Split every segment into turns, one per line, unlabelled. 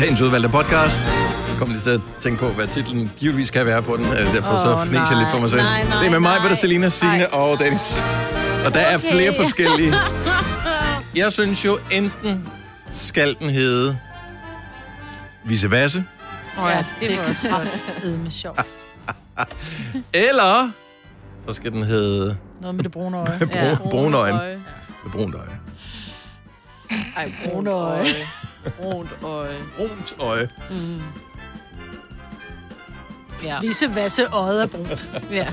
dagens udvalgte podcast. Jeg kom lige til at tænke på, hvad titlen givetvis kan være på den. øh, Derfor oh, så
Åh,
fnæs jeg
nej.
lidt for mig selv.
Nej, nej,
det er med mig,
nej.
hvor der Selina, Signe
Nej.
og Dennis. Og der okay. er
Okay.
flere forskellige. Jeg synes jo, enten skal den hedde Visevasse,
Oh, ja, det var også
godt. med
Ah.
sjov.
eller så skal den hedde
Noget med det brune øje.
Brun, ja, Brunøjen.
øje.
Med brunt øje.
Ej,
Brune
brune
øje.
øje. Brunt øje.
Brunt øje.
Mm.
Ja.
Visse vasse øjet er brunt.
ja.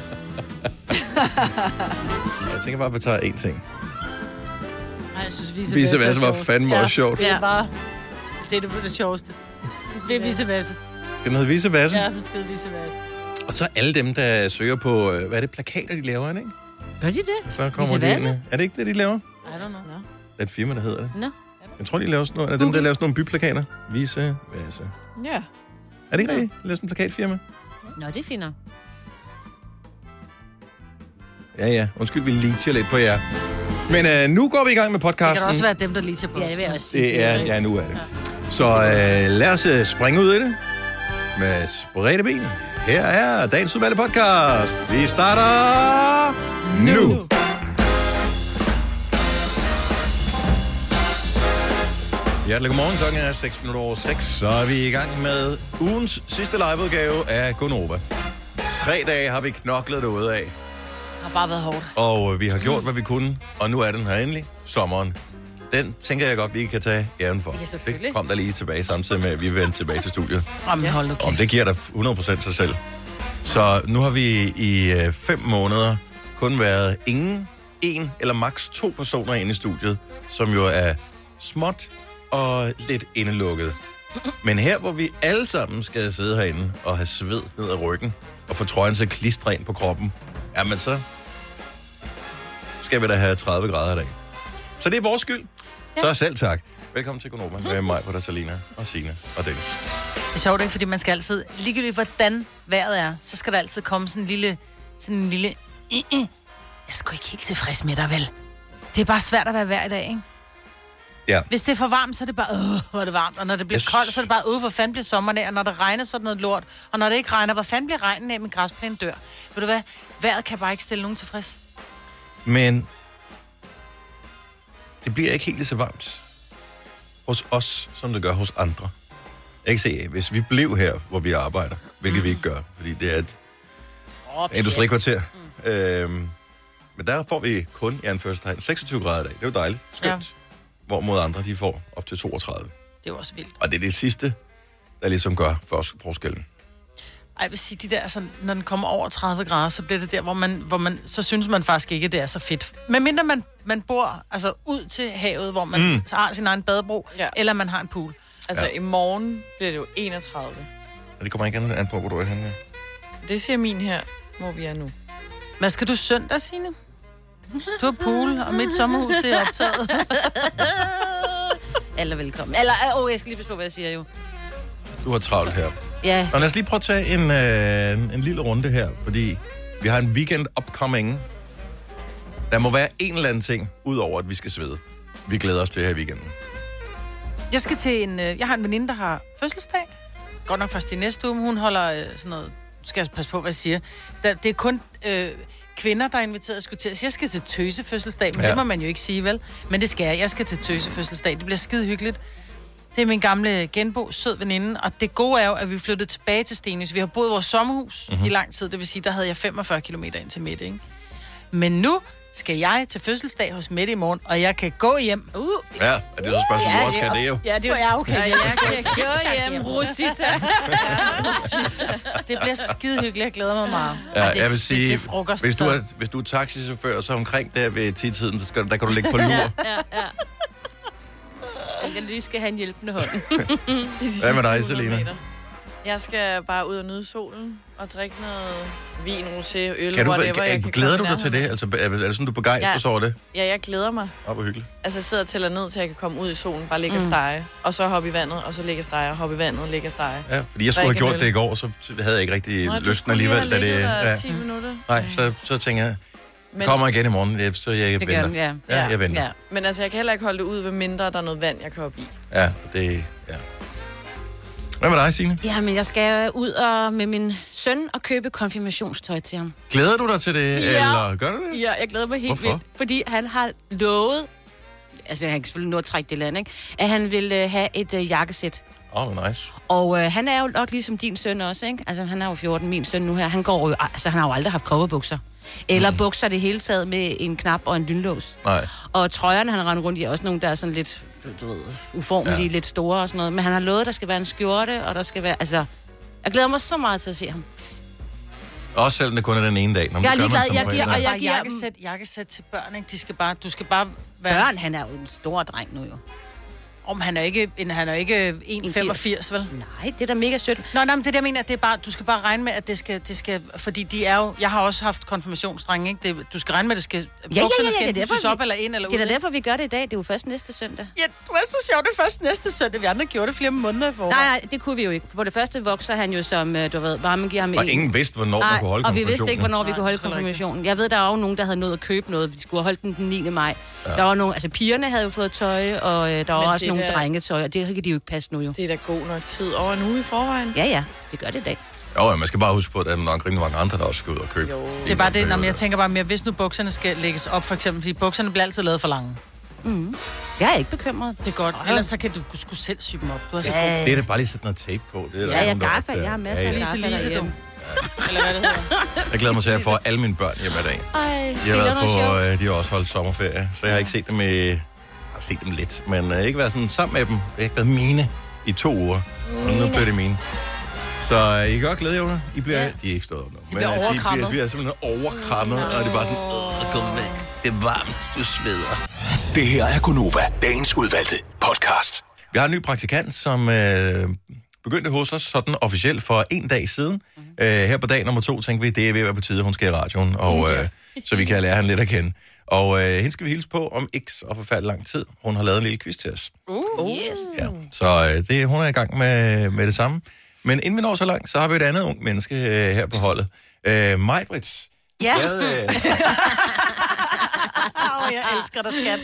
Jeg tænker bare, at vi tager én ting.
Nej, jeg synes, visse,
Visse
vasse
vasse var fandme også sjovt.
Ja, det
Ja.
var det, er det, det sjoveste. Det er visse vasse.
Skal den hedde Visevasse?
Ja, hun skide visse vasse.
Og så alle dem, der søger på, øh, hvad er det, plakater, de laver, ikke?
Gør de det?
Så kommer de ind.
Viceversa?
øh, Er det ikke det, de laver?
I don't know.
Nå.
Der er et firma, der hedder det.
Nå.
Jeg tror, de laver sådan noget. Er det dem, der laver sådan nogle byplakater? Vise, Vasse.
Ja.
Er det ikke rigtigt? Laver sådan en plakatfirma?
Nå, det finder.
Ja, ja. Undskyld, vi leacher lidt på jer. Men øh, nu går vi i gang med
Det kan da
podcasten.
også være dem, der lige til på
Ja, det vil jeg også sige.
Det er, ja, nu er det. Så øh, lad os øh, springe ud i det med spredte ben. Her er dagens udvalgte podcast. Vi starter nu. nu. Hjertelig godmorgen. Klokken er 6 minutter over 6. Så er vi i gang med ugens sidste liveudgave af Gonova. Tre dage har vi knoklet det ud af,
Det har bare været hårdt.
og øh, vi har gjort, hvad vi kunne. Og nu er den her endelig, sommeren. Den tænker jeg godt, vi kan tage æren for.
Ja, selvfølgelig.
Det kom der lige tilbage samtidig med, at vi vendte tilbage til studiet.
Om ja. hold nu
Om
kæft.
det giver dig 100% sig selv. Så nu har vi i øh, fem måneder kun været ingen, en eller maks to personer inde i studiet, som jo er småt og lidt indelukket. Men her, hvor vi alle sammen skal sidde herinde og have sved ned ad ryggen, og få trøjen til at klistre ind på kroppen, jamen så skal vi da have 30 grader i dag. Så det er vores skyld. Ja. Så selv tak. Velkommen til Konoba med mig, på der Salina og Sina og Dennis.
Det er sjovt, ikke? Fordi man skal altid, ligegyldigt hvordan vejret er, så skal der altid komme sådan en lille, sådan en lille, "Øh, øh, jeg er sgu ikke helt tilfreds med dig, vel? Det er bare svært at være hver i dag, ikke?
Ja.
Hvis det er for varmt, så er det bare, øh, hvor er det varmt. Og når det bliver
Jeg
koldt,
sy-
så er det bare, øh, hvor fanden bliver sommeren af. Og når det regner, så er det noget lort. Og når det ikke regner, hvor fanden bliver regnen af, min græsplæne dør. Ved du hvad? Vejret kan bare ikke stille nogen tilfreds.
Men det bliver ikke helt lige så varmt hos os, som det gør hos andre. Jeg kan se, hvis vi blev her, hvor vi arbejder, hvilket mm. vi ikke gør, fordi det er et industrikvarter. Mm. Øhm, men der får vi kun i anførselstegn 26 grader i dag. Det er jo dejligt. Skønt. Ja.
Ja.
Hvorimod andre, de får op til 32.
Det er jo også vildt.
Og det er det sidste, der ligesom gør fors- forskellen.
Ej, jeg vil sige, de der, sådan, når den kommer over 30 grader, så bliver det der, hvor man, hvor man, så synes man faktisk ikke, det er så fedt. Men mindre man, man bor altså, ud til havet, hvor man mm. har sin egen badebro, ja.
Ja.
eller man har en pool.
Altså, i morgen bliver det jo 31.
Og det kommer ikke an- an på, hvor du er henne.
Det siger min her, hvor vi er nu.
Hvad skal du søndag, Signe? Du har pool, og mit sommerhus, det er optaget.
Alle velkommen. Eller, øh, åh, jeg skal lige forstå, hvad jeg siger jo.
Du har travlt her.
Ja,
Og lad os lige prøve at tage en, øh, en- en lille runde her, fordi vi har en weekend upcoming. Der må være en eller anden ting, udover at vi skal svede. Vi glæder os til her i weekenden.
Jeg skal til en... øh, Jeg har en veninde, der har fødselsdag. Godt nok først i næste uge, men hun holder øh, sådan noget... Nu skal jeg passe på, hvad jeg siger. Der, det er kun øh, kvinder, der er inviteret skulle til. Så jeg skal til tøsefødselsdag, men
Ja.
ja. det må man jo ikke sige, vel? Men det skal jeg. Jeg skal til tøsefødselsdag. Det bliver skide hyggeligt. Det er min gamle genbo, sød veninde, og det gode er jo, at vi flyttede tilbage til Stenløs. Vi har boet i vores sommerhus mm-hmm. i lang tid, det vil sige, der havde jeg 45 km ind til Mette, ikke? Men nu skal jeg til fødselsdag hos Mette i morgen, og jeg kan gå hjem.
uh,
Ja, og det er så spørgsmålet, hvor skal det jo?
Ja, det er jo okay.
Jeg kan køre hjem, Rosita.
Det bliver skide hyggeligt. Jeg glæder mig meget.
Ja,
Og det er
jeg vil
fedt
sige,
til frokost,
hvis du,
så-
er, hvis du er taxichauffør, så omkring der ved 10-tiden, så skal, du- der kan du ligge på lur.
jeg lige skal have en hjælpende hånd.
Hvad med dig, Selina?
Jeg skal bare ud og nyde solen og drikke noget vin, rosé, øl,
Kan du,
whatever. jeg
kan,
kan
glæder
komme
du
i
dig til
nærheden
det? Altså, er, er det sådan, du begejstres
Ja.
over det?
af. Ja, jeg glæder mig.
Åh, hvor hyggeligt.
Altså, jeg sidder og tæller ned, til jeg kan komme ud i solen, bare
Mm.
ligge og stege. Og så hoppe i vandet, og så ligge og stege, og hoppe i vandet, ligge og stege.
Ja, fordi jeg skulle have
Drikke en
gjort
øl.
det i går, så havde jeg ikke rigtig
Nå, du
lysten
skulle lige
alligevel. Da
have
det,
ligget der
ja.
10 minutter.
Nej, så, så tænker jeg,
Men,
kommer igen i morgen, ja, så jeg
Det
venter.
gør den, ja.
ja, jeg venter.
Ja.
men altså, jeg kan heller ikke holde det ud, ved mindre der er noget vand, jeg kan hoppe i.
Ja, det... Ja. Hvad med dig, Signe?
Jamen, jeg skal ud og med min søn og købe konfirmationstøj til ham.
Glæder du dig til det,
Ja.
eller gør du det?
Ja, jeg glæder mig helt
Hvorfor?
vildt. Fordi han har lovet, altså han kan selvfølgelig nå at trække det land, ikke? at han vil øh, have et øh, jakkesæt.
Åh, oh, nice.
Og øh, han er jo nok ligesom din søn også, ikke? Altså, han er jo 14, min søn nu her. Han går jo, altså, han har jo aldrig haft kobberbukser. Eller mm. bukser i det hele taget med en knap og en lynlås.
Nej.
Og trøjerne, han render rundt i, er også nogle, der er sådan lidt du ved, uformelige,
Ja.
ja. lidt store og sådan noget. Men han har lovet, der skal være en skjorte, og der skal være... Altså, jeg glæder mig så meget til at se ham.
Også selvom det kun er den ene dag. Nå, men
Jeg er
det gør man
ligeglad.
som
Jeg giver-
forælder.
og jeg-
Bare
giver dem-
jakkesæt, jakkesæt til børn, ikke? De skal bare, du skal bare være...
Børn, han er jo en stor dreng nu jo.
Om han er ikke, en- han er ikke 1,85, vel?
Nej, det er da mega sødt.
Nå, nej, men det der mener, at det er bare, du skal bare regne med, at det skal, det skal fordi de er jo, jeg har også haft konfirmationsdrenge, ikke? Det, du skal regne med, at det skal,
ja,
bukserne
ja, det er
skal enten
derfor,
syes
vi-
op eller ind eller
Det er
ud.
da derfor, vi gør det i dag. Det er jo først næste søndag.
Ja, du er så sjov, det er først næste søndag. Vi andre gjorde det flere måneder i forvejen.
Nej, nej, det kunne vi jo ikke. På det første vokser han jo som, øh, du ved, bare man giver ham
Og
en-
ingen vidste, hvornår man
Nej,
kunne holde
og vi vidste ikke,
konfirmationen.
hvornår vi
Nej,
kunne holde
selvfølgelig ikke.
konfirmationen. Jeg ved, der er jo nogen, der havde nået at købe noget. Vi skulle have holdt den den 9. maj. Ja. Der var nogen, altså pigerne havde jo fået tøj, og øh, der var
Men
også
det
nogle
der-
drengetøj, og det kan de jo ikke passe nu jo.
Det er da god nok tid over en uge i forvejen.
Ja, ja, vi gør det i dag.
Jo, ja, man skal bare huske på, at der er nok rigtig mange andre, der også skal ud og købe.
Jo.
Det er bare det, når jeg tænker bare mere, hvis nu bukserne skal lægges op, for eksempel, fordi bukserne bliver altid lavet for lange.
Mm-hmm. Jeg er ikke bekymret.
Det er godt. Ellers så kan du, du skulle selv sy dem op. Du er så god.
Det er da bare lige sætte noget tape på. Det er der
Ja, jeg
nogen, der
gaffer.
opdager.
Jeg har masser
Ja,
af
ja.
gaffer
Lise, Lise, du.
derhjemme.
Eller hvad det hedder.
Jeg glæder mig til at få alle mine børn hjemme i dag.
Ej,
De har,
det er
været
noget sjovt.
på, øh, de har også holdt sommerferie, så jeg har ikke set dem, øh, jeg har set dem lidt, men øh, ikke været sådan sammen med dem. Det har ikke været mine i to uger, og nu bliver det mine. Så øh, I kan godt glæde jer, under. I bliver, ja. de er ikke stået op nu.
bliver
øh, de bliver,
overkrammet.
bliver simpelthen overkrammet, og det er bare sådan, "Åh, gå væk, det er varmt, du sveder.
Det her er Gunova, dagens udvalgte podcast.
Vi har en ny praktikant, som øh, begyndte hos os sådan officielt for en dag siden. Mm-hmm. Øh, her på dag nummer to tænkte vi, det er ved at være på tide, hun skal i radioen, og, øh, så vi kan lære hende lidt at kende. Og øh, hende skal vi hilse på om ikke så forfærdelig lang tid. Hun har lavet en lille quiz til os.
Yes.
Ja. Så øh, det, hun er i gang med, med det samme. Men inden vi når så langt, så har vi et andet ung menneske øh, her på holdet. Øh, Majbrits.
Ja.
Hvad, øh,
Åh, jeg elsker dig, skat.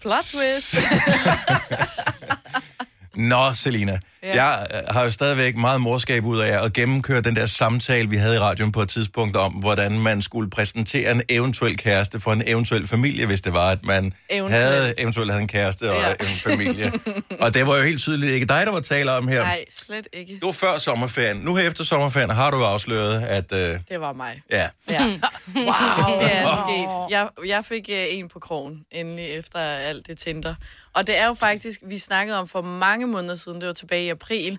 Plot twist.
Nå, Selina, ja. jeg øh, har jo stadigvæk meget morskab ud af at gennemkøre den der samtale, vi havde i radioen på et tidspunkt om, hvordan man skulle præsentere en eventuel kæreste for en eventuel familie, hvis det var, at man
Eventuelt.
havde eventuelt havde en kæreste og
Ja.
en
øh,
familie. og det var jo helt tydeligt ikke dig, der var tale om her.
Nej, slet ikke.
Det var før sommerferien. Nu her efter sommerferien har du jo afsløret, at... Øh,
Det var mig.
ja.
Ja. wow. Det er sket. Jeg, jeg fik øh, en på krogen, endelig efter alt det Tinder. Og det er jo faktisk, vi snakkede om for mange måneder siden, det var tilbage i april,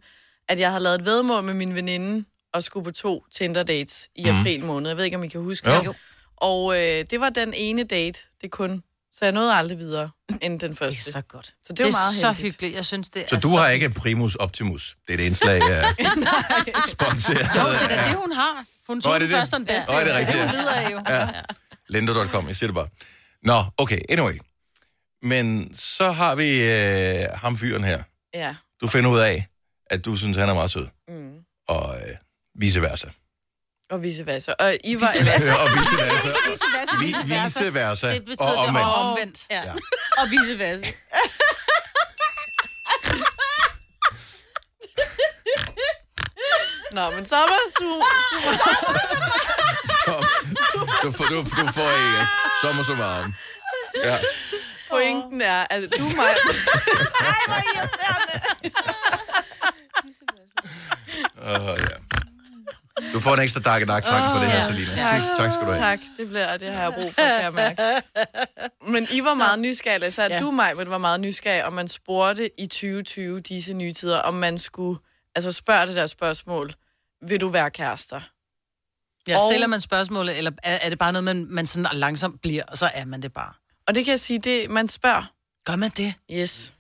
at jeg havde lavet et vedmål med min veninde og skulle på to Tinder-dates i april måned. Jeg ved ikke, om I kan huske
Mhm. Jo.
det. Og øh, det var den ene date, det kun. Så jeg nåede aldrig videre end den første.
Det er så godt.
Så det
Det
var
er
meget
så
heldigt.
hyggeligt. Jeg synes, det er altså-
Så du
så
har ikke primus optimus. Det er et indslag, jeg sponsoreret.
Jo, det er da det, hun har. Hun
Nå,
tog
er det
den
det?
første og den bedste.
Nå, er det
jo.
rigtigt,
Det er
ja.
hun videre af, jo.
Ja. Lendo.com, jeg siger det bare. Nå, okay, anyway. Men så har vi øh, ham fyren her.
Ja.
Du finder ud af, at du synes, han er meget sød.
Mm.
Og øh, vice versa.
Og vice versa. Og I var...
Vice versa.
Øh, og vice versa.
Vice versa,
Vi, vice versa.
Det betyder
og
det
omvendt.
og omvendt. Ja.
Ja.
Og vice versa.
Nå, men så var su- su-
Du får, du, du får ikke sommer så varm. Ja.
pointen er, at du, mig...
Uh, ja. Du får en ekstra dark dark tak for det her, Selina. Tusind tak skal du have.
Tak, det bliver, det har jeg brug for, kan jeg mærke. Men I var meget nysgerrige, så ja. du, mig, var meget nysgerrig, og man spurgte i 2020, disse nye tider, om man skulle altså spørge det der spørgsmål, vil du være kærester?
Ja, stiller man spørgsmålet, eller er, er det bare noget, man, man sådan langsomt bliver, og så er man det bare?
Og det kan jeg sige, det man spørger.
Gør man det?
Yes.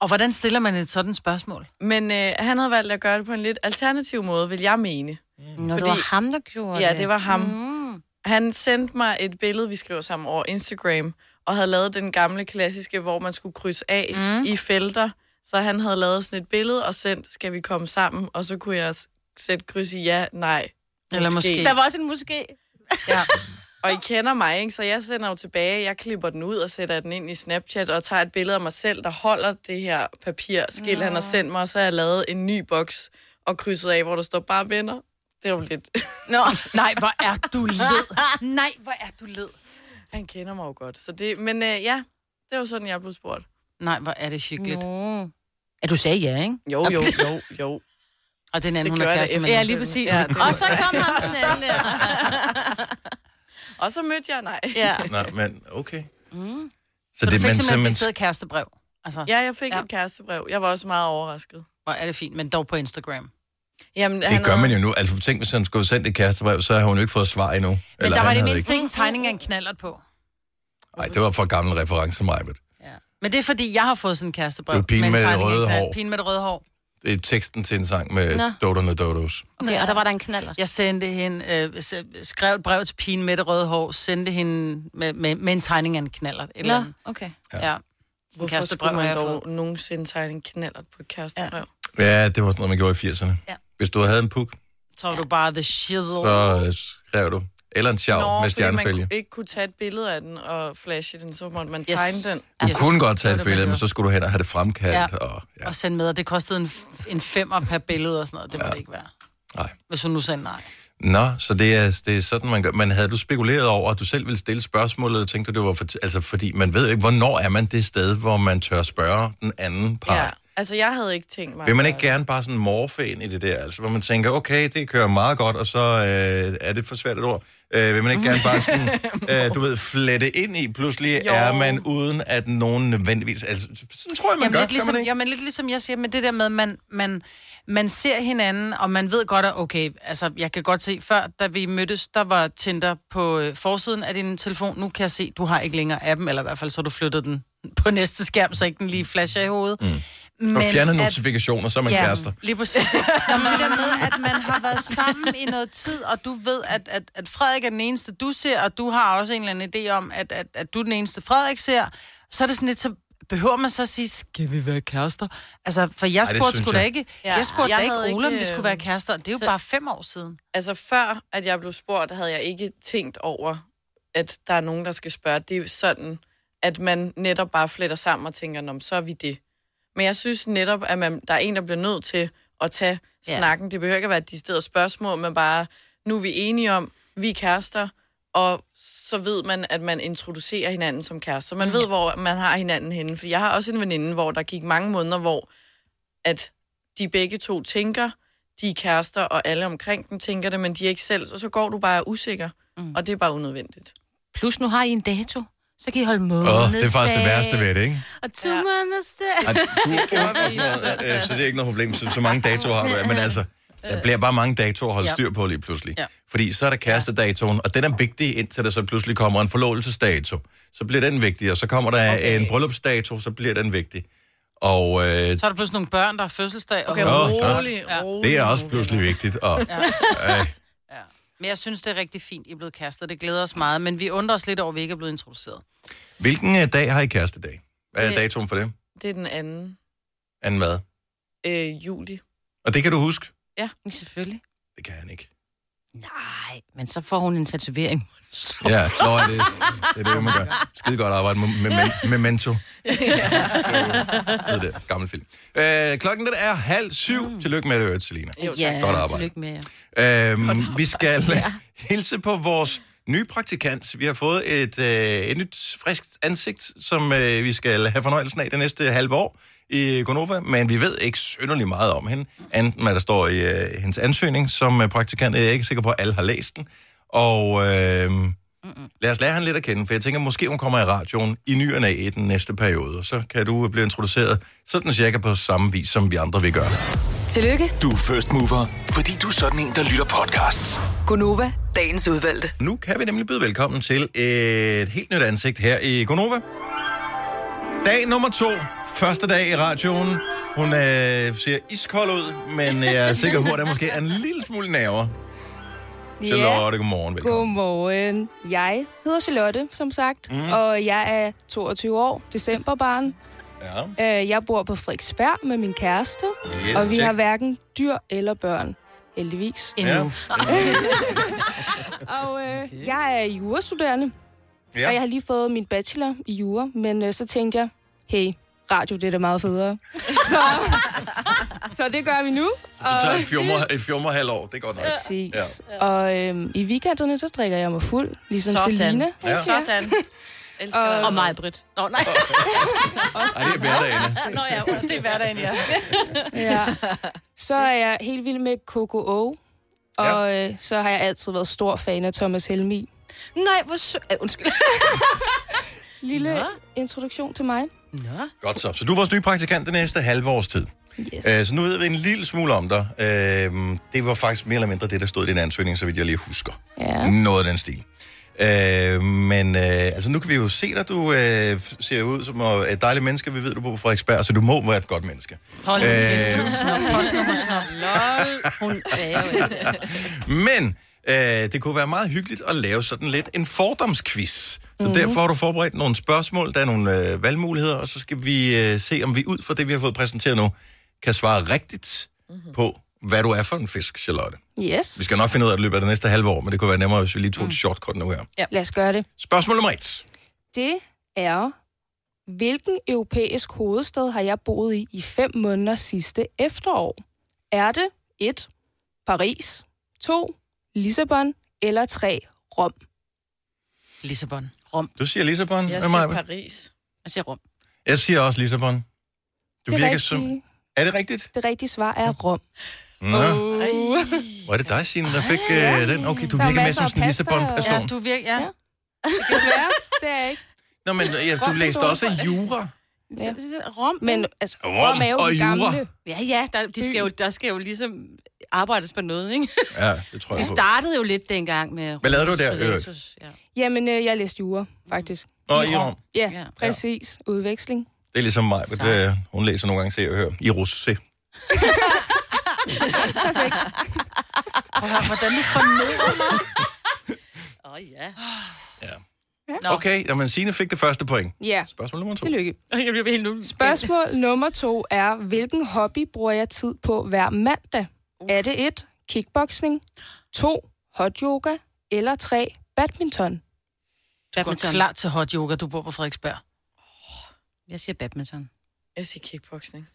Og hvordan stiller man et sådan spørgsmål?
Men øh, han havde valgt at gøre det på en lidt alternativ måde, vil jeg mene.
Mm.
Nå, det
Fordi-
var ham, der gjorde
Ja,
det.
det var ham.
Mm.
Han sendte mig et billede, vi skrev sammen over Instagram, og havde lavet den gamle klassiske, hvor man skulle krydse af mm. i felter. Så han havde lavet sådan et billede og sendt, skal vi komme sammen? Og så kunne jeg s- sætte kryds i ja, nej,
Eller måske.
Der var også en måske.
Ja.
Og I kender mig, ikke? Så jeg sender jo tilbage, jeg klipper den ud og sætter den ind i Snapchat og tager et billede af mig selv, der holder det her papirskilt, han har sendt mig, og så har jeg lavet en ny boks og krydset af, hvor der står bare venner. Det er jo lidt...
Nå, nej, hvor er du led. Nej, hvor er du led.
han kender mig jo godt. Så det, men øh, ja, det var sådan, jeg blev spurgt.
Nej, hvor er det hyggeligt.
Nå. Ja, du sagde ja, ikke?
Jo, jo, jo, jo.
Og den anden,
Det
hun
gjorde
er
jeg da
kæreste med.
efter.
Ja, lige præcis.
Ja,
Ja,
det-
Og så kom han den anden der.
Og så mødte jeg nej.
Ja.
Nej, men okay. Mm. Så,
så
det,
du fik
men,
simpelthen
simpelthen...
dit sted kærestebrev. Altså, ja.
Ja, jeg fik
Ja.
ja. et kærestebrev. Jeg var også meget overrasket.
hvor er det fint, men dog på Instagram.
Jamen,
Det gør man jo nu. Altså, tænk, hvis han skulle sende et kærestebrev, så har hun jo ikke fået svar endnu.
Men der var
han
det
havde
mindst ikke en tegning af en knallert på.
Nej, det var for gammel reference, Majbet.
Ja. Men det er fordi, jeg har fået sådan en kærestebrev.
Det er pigen
en
med det
tegning af en
røde
knallert.
hår.
Pigen med det røde hår.
Det er teksten til en sang med
Nå.
Doderne Dodos.
Okay, og der var der en knaller.
Jeg sendte hende, øh, s- skrev et brev til pigen med det røde hår, sendte hende med, med, med en tegning af en knallert. Et eller
Nå,
andet.
okay.
Ja. ja. Sådan
Hvorfor
kærestebrev
skulle
har jeg
man
fået.
dog nogensinde tegne en knallert på et kærestebrev?
Ja, det var sådan noget, man gjorde i 80'erne.
Ja.
Hvis du havde en puk,
Så var du bare the shizzle.
så øh, skrev du. Eller en sjov med
fordi man
stjernefælge.
ku- ikke kunne tage et billede af den og flashe den, så måtte man tegne den.
Du
Yes.
kunne godt tage
Det var
et billede,
man
men så skulle du hen og have det fremkaldt.
Ja.
Og, ja.
gjorde. Og sende med, og det kostede en, f- en femmer per billede og sådan noget. Det må det ikke være.
Nej.
Hvis hun nu sagde nej.
Nå, så det er, det er sådan, man gør. Men havde du spekuleret over, at du selv ville stille spørgsmålet, og tænkte du, det var for... Altså, fordi man ved jo ikke, hvornår er man det sted, hvor man tør spørge den anden part.
Ja. Altså, jeg havde ikke tænkt mig.
Vil man ikke gerne bare sådan morfe ind i det der, altså hvor man tænker, okay, det kører meget godt, og så øh, er det for svært et ord. Øh, vil man ikke gerne bare sådan, øh, du ved, flette ind i, pludselig jo.
Jo.
er man uden at nogen nødvendigvis, altså sådan tror jeg, man
Jamen,
gør,
lidt ligesom,
gør man ikke?
jamen lidt ligesom jeg siger, men det der med, man, man, man ser hinanden, og man ved godt, at okay, altså jeg kan godt se, før da vi mødtes, der var Tinder på øh, forsiden af din telefon. Nu kan jeg se, du har ikke længere appen, eller i hvert fald så har du flyttet den på næste skærm, så ikke den lige flasher i hovedet. Mm.
Og fjerner notifikationer, så er man ja. kærester.
lige præcis. Når man det der med, at man har været sammen i noget tid, og du ved, at, at, at Frederik er den eneste, du ser, og du har også en eller anden idé om, at, at, at du er den eneste, Frederik ser, så er det sådan lidt, så behøver man så at sige, skal vi være kærester? Altså, for jeg
det
spurgte
synes
sgu da
jeg.
ikke,
Ja.
jeg spurgte
Jeg
da ikke
havde
Ole, om
ikke,
vi skulle
øhm,
være kærester. Det er jo
så-
bare fem år siden.
Altså, før at jeg blev spurgt, havde jeg ikke tænkt over, at der er nogen, der skal spørge. Det er jo sådan, at man netop bare fletter sammen og tænker, om så er vi det. Men jeg synes netop, at man, der er en, der bliver nødt til at tage
Ja.
ja. snakken. Det behøver ikke at være et decideret spørgsmål, men bare, nu er vi enige om, vi er kærester, og så ved man, at man introducerer hinanden som kærester.
Mm.
Man ved, hvor man har hinanden henne. Fordi jeg har også en veninde, hvor der gik mange måneder, hvor at de begge to tænker, de er kærester, og alle omkring dem tænker det, men de er ikke selv, og så går du bare og er usikker, mm. og det er bare unødvendigt.
Plus nu har I en dato. Så kan I holde
Åh,
månedsdag.
oh, det er faktisk det værste ved det, ikke?
Og to ja. månedsdag.
Ej, du,
vi
og sådan noget, øh, så det er ikke noget problem, så, så mange datoer har du. Men altså, der bliver bare mange datoer at holde
Ja.
styr på lige pludselig.
Ja.
Fordi så er der kærestedatoen, og den er vigtig, indtil der så pludselig kommer en forlovelsesdato. Så bliver den vigtig, og så kommer der okay. en bryllupsdato, så bliver den vigtig. Og øh,
Så er der pludselig nogle børn, der har fødselsdag. Og
Okay,
Nå,
oh,
så-
rolig,
Ja.
rolig.
det er også pludselig vigtigt. Og, øh,
Men jeg synes, det er rigtig fint, I er blevet kærester. Det glæder os meget, men vi undrer os lidt over, at vi ikke er blevet introduceret.
hvilken øh, dag har I kærestedag? Hvad er
Det-
datoen for det?
Det er den anden
Anden hvad?
øh, juli.
Og det kan du huske?
Selvfølgelig.
Det kan han ikke.
Nej, men så får hun en tatovering.
Ja, nå, det, det er det, man gør. Skide godt arbejde med, med, med Memento. Ved det, gammel film. Øh, klokken den er halv syv. Mm. Tillykke med det, øvrigt, Selina.
Jo, tak.
Godt arbejde.
tillykke med jer.
Øhm, vi skal hilse på vores nye praktikant. Vi har fået et, øh, et nyt, friskt ansigt, som øh, vi skal have fornøjelsen af det næste halve år i Gonova, men vi ved ikke synderligt meget om hende, andet end hvad der står i øh, hendes ansøgning som øh, praktikant. Jeg er ikke sikker på, at alle har læst den. Og øh, lad os lære hende lidt at kende, for jeg tænker, måske hun kommer i radioen i ny og næ i den næste periode, og så kan du øh, blive introduceret sådan cirka på samme vis, som vi andre vil gøre det.
Tillykke,
Du er first mover, fordi du er sådan en, der lytter podcasts.
Gunova, dagens udvalgte.
Nu kan vi nemlig byde velkommen til et helt nyt ansigt her i Gonova. Dag nummer to. Første dag i radioen. Hun øh, ser iskold ud, men jeg er sikker på, at der måske er en lille smule nerver. Charlotte, godmorgen. Velkommen.
Godmorgen. Jeg hedder Charlotte, som sagt, mm. og jeg er 22 år, decemberbarn.
Ja.
Øh, Jeg bor på Frederiksberg med min kæreste,
Yes,
og vi
check.
har hverken dyr eller børn, heldigvis.
Ja.
Og øh, okay. jeg er jurastuderende, ja.
Ja.
og jeg har lige fået min bachelor i jura, men øh, så tænkte jeg, hey, radio, det er da meget federe. så, så det gør vi nu.
Du tager et fjummer, et fjummer halvår, det er godt nok.
Præcis. Ja. Og øhm, i weekenderne, der drikker jeg mig fuld, ligesom
Sådan.
Selina.
Ja.
Sådan. Elsker
Og-
dig.
Og mig, Britt. Nå, nej.
Ej, det er hverdagen.
Nå, ja,
Det er hverdagen, ja.
Ja. Så er jeg helt vild med KKO. Og ja. øh, så har jeg altid været stor fan af Thomas Helmi.
Nej, hvor sø... Æ, undskyld.
Lille
Nå.
introduktion til mig.
Nå.
Godt så. Så du er vores nye praktikant det næste halve års tid.
Yes.
Øh, så nu ved vi en lille smule om dig. Øh, det var faktisk mere eller mindre det, der stod i din ansøgning, så vidt jeg lige husker.
Ja.
Noget af den stil. Øh, men øh, altså, nu kan vi jo se dig. Du øh, ser ud som øh, et dejligt menneske. Vi ved, du bor på Frederiksberg, så du må være et godt menneske.
Hold nu kæft,
Øh.
hun snop, postnummer snop.
Lol. Hun er jo ikke.
Men øh, det kunne være meget hyggeligt at lave sådan lidt en fordomsquiz. Så
Mhm.
mm-hmm. derfor har du forberedt nogle spørgsmål, der er nogle øh, valgmuligheder, og så skal vi øh, se, om vi ud fra det, vi har fået præsenteret nu, kan svare rigtigt mm-hmm.
Mhm.
på, hvad du er for en fisk, Charlotte.
Yes.
Vi skal nok finde ud af det i løbet af det næste halve år, men det kunne være nemmere, hvis vi lige
Mhm.
tog et shortcut nu her.
Lad os gøre det.
Spørgsmål nummer et.
Det er, hvilken europæisk hovedstad har jeg boet i i fem måneder sidste efterår? Er det 1. Paris, 2. Lissabon eller 3. Rom?
Lissabon.
Du siger Lissabon,
Jeg
jeg,
siger
siger
Paris.
Jeg siger rum.
jeg siger også Lissabon. Du
det,
virker
rigtige,
som... Er det rigtigt?
det rigtige svar er Rom.
Nå, var det dig, Signe, der fik øh, den? Okay, du
Der er
virker mere
masser
som
af
sådan en
pasta og-
Lissabon-person.
Ja, du virker, ja.
Ja. Desværre, det er jeg ikke.
Nå, men ja, du
Rom
læste
person.
også jura.
Ja.
Rom.
Men altså,
Rom
Rom er jo
og
den
jura.
gamle.
Ja, ja, der, de skal jo, der skal jo ligesom arbejdes på noget, ikke?
Ja, det tror
Vi
jeg på.
startede jo lidt dengang med...
Hvad lavede du der, Øh.
Robertus Ja.
Jamen, øh, jeg læste jura, faktisk.
Nå, i Rom.
Ja,
Ja.
ja. præcis. Udveksling.
Det er ligesom mig, men
Sejt.
øh, hun læser nogle gange se og hører. I russe.
Prøv at høre, hvordan du fornedrer mig.
Åh, oh, ja.
Okay, jamen Signe fik det første point.
Ja,
Spørgsmål nummer to.
tillykke.
Jeg bliver helt nu.
Spørgsmål nummer to er, hvilken hobby bruger jeg tid på hver mandag? Er det et kickboxing, to hot yoga eller tre badminton?
Du går
Badminton.
klar til hot yoga, du bor på Frederiksberg.
Jeg siger badminton.
Jeg siger kickboxing.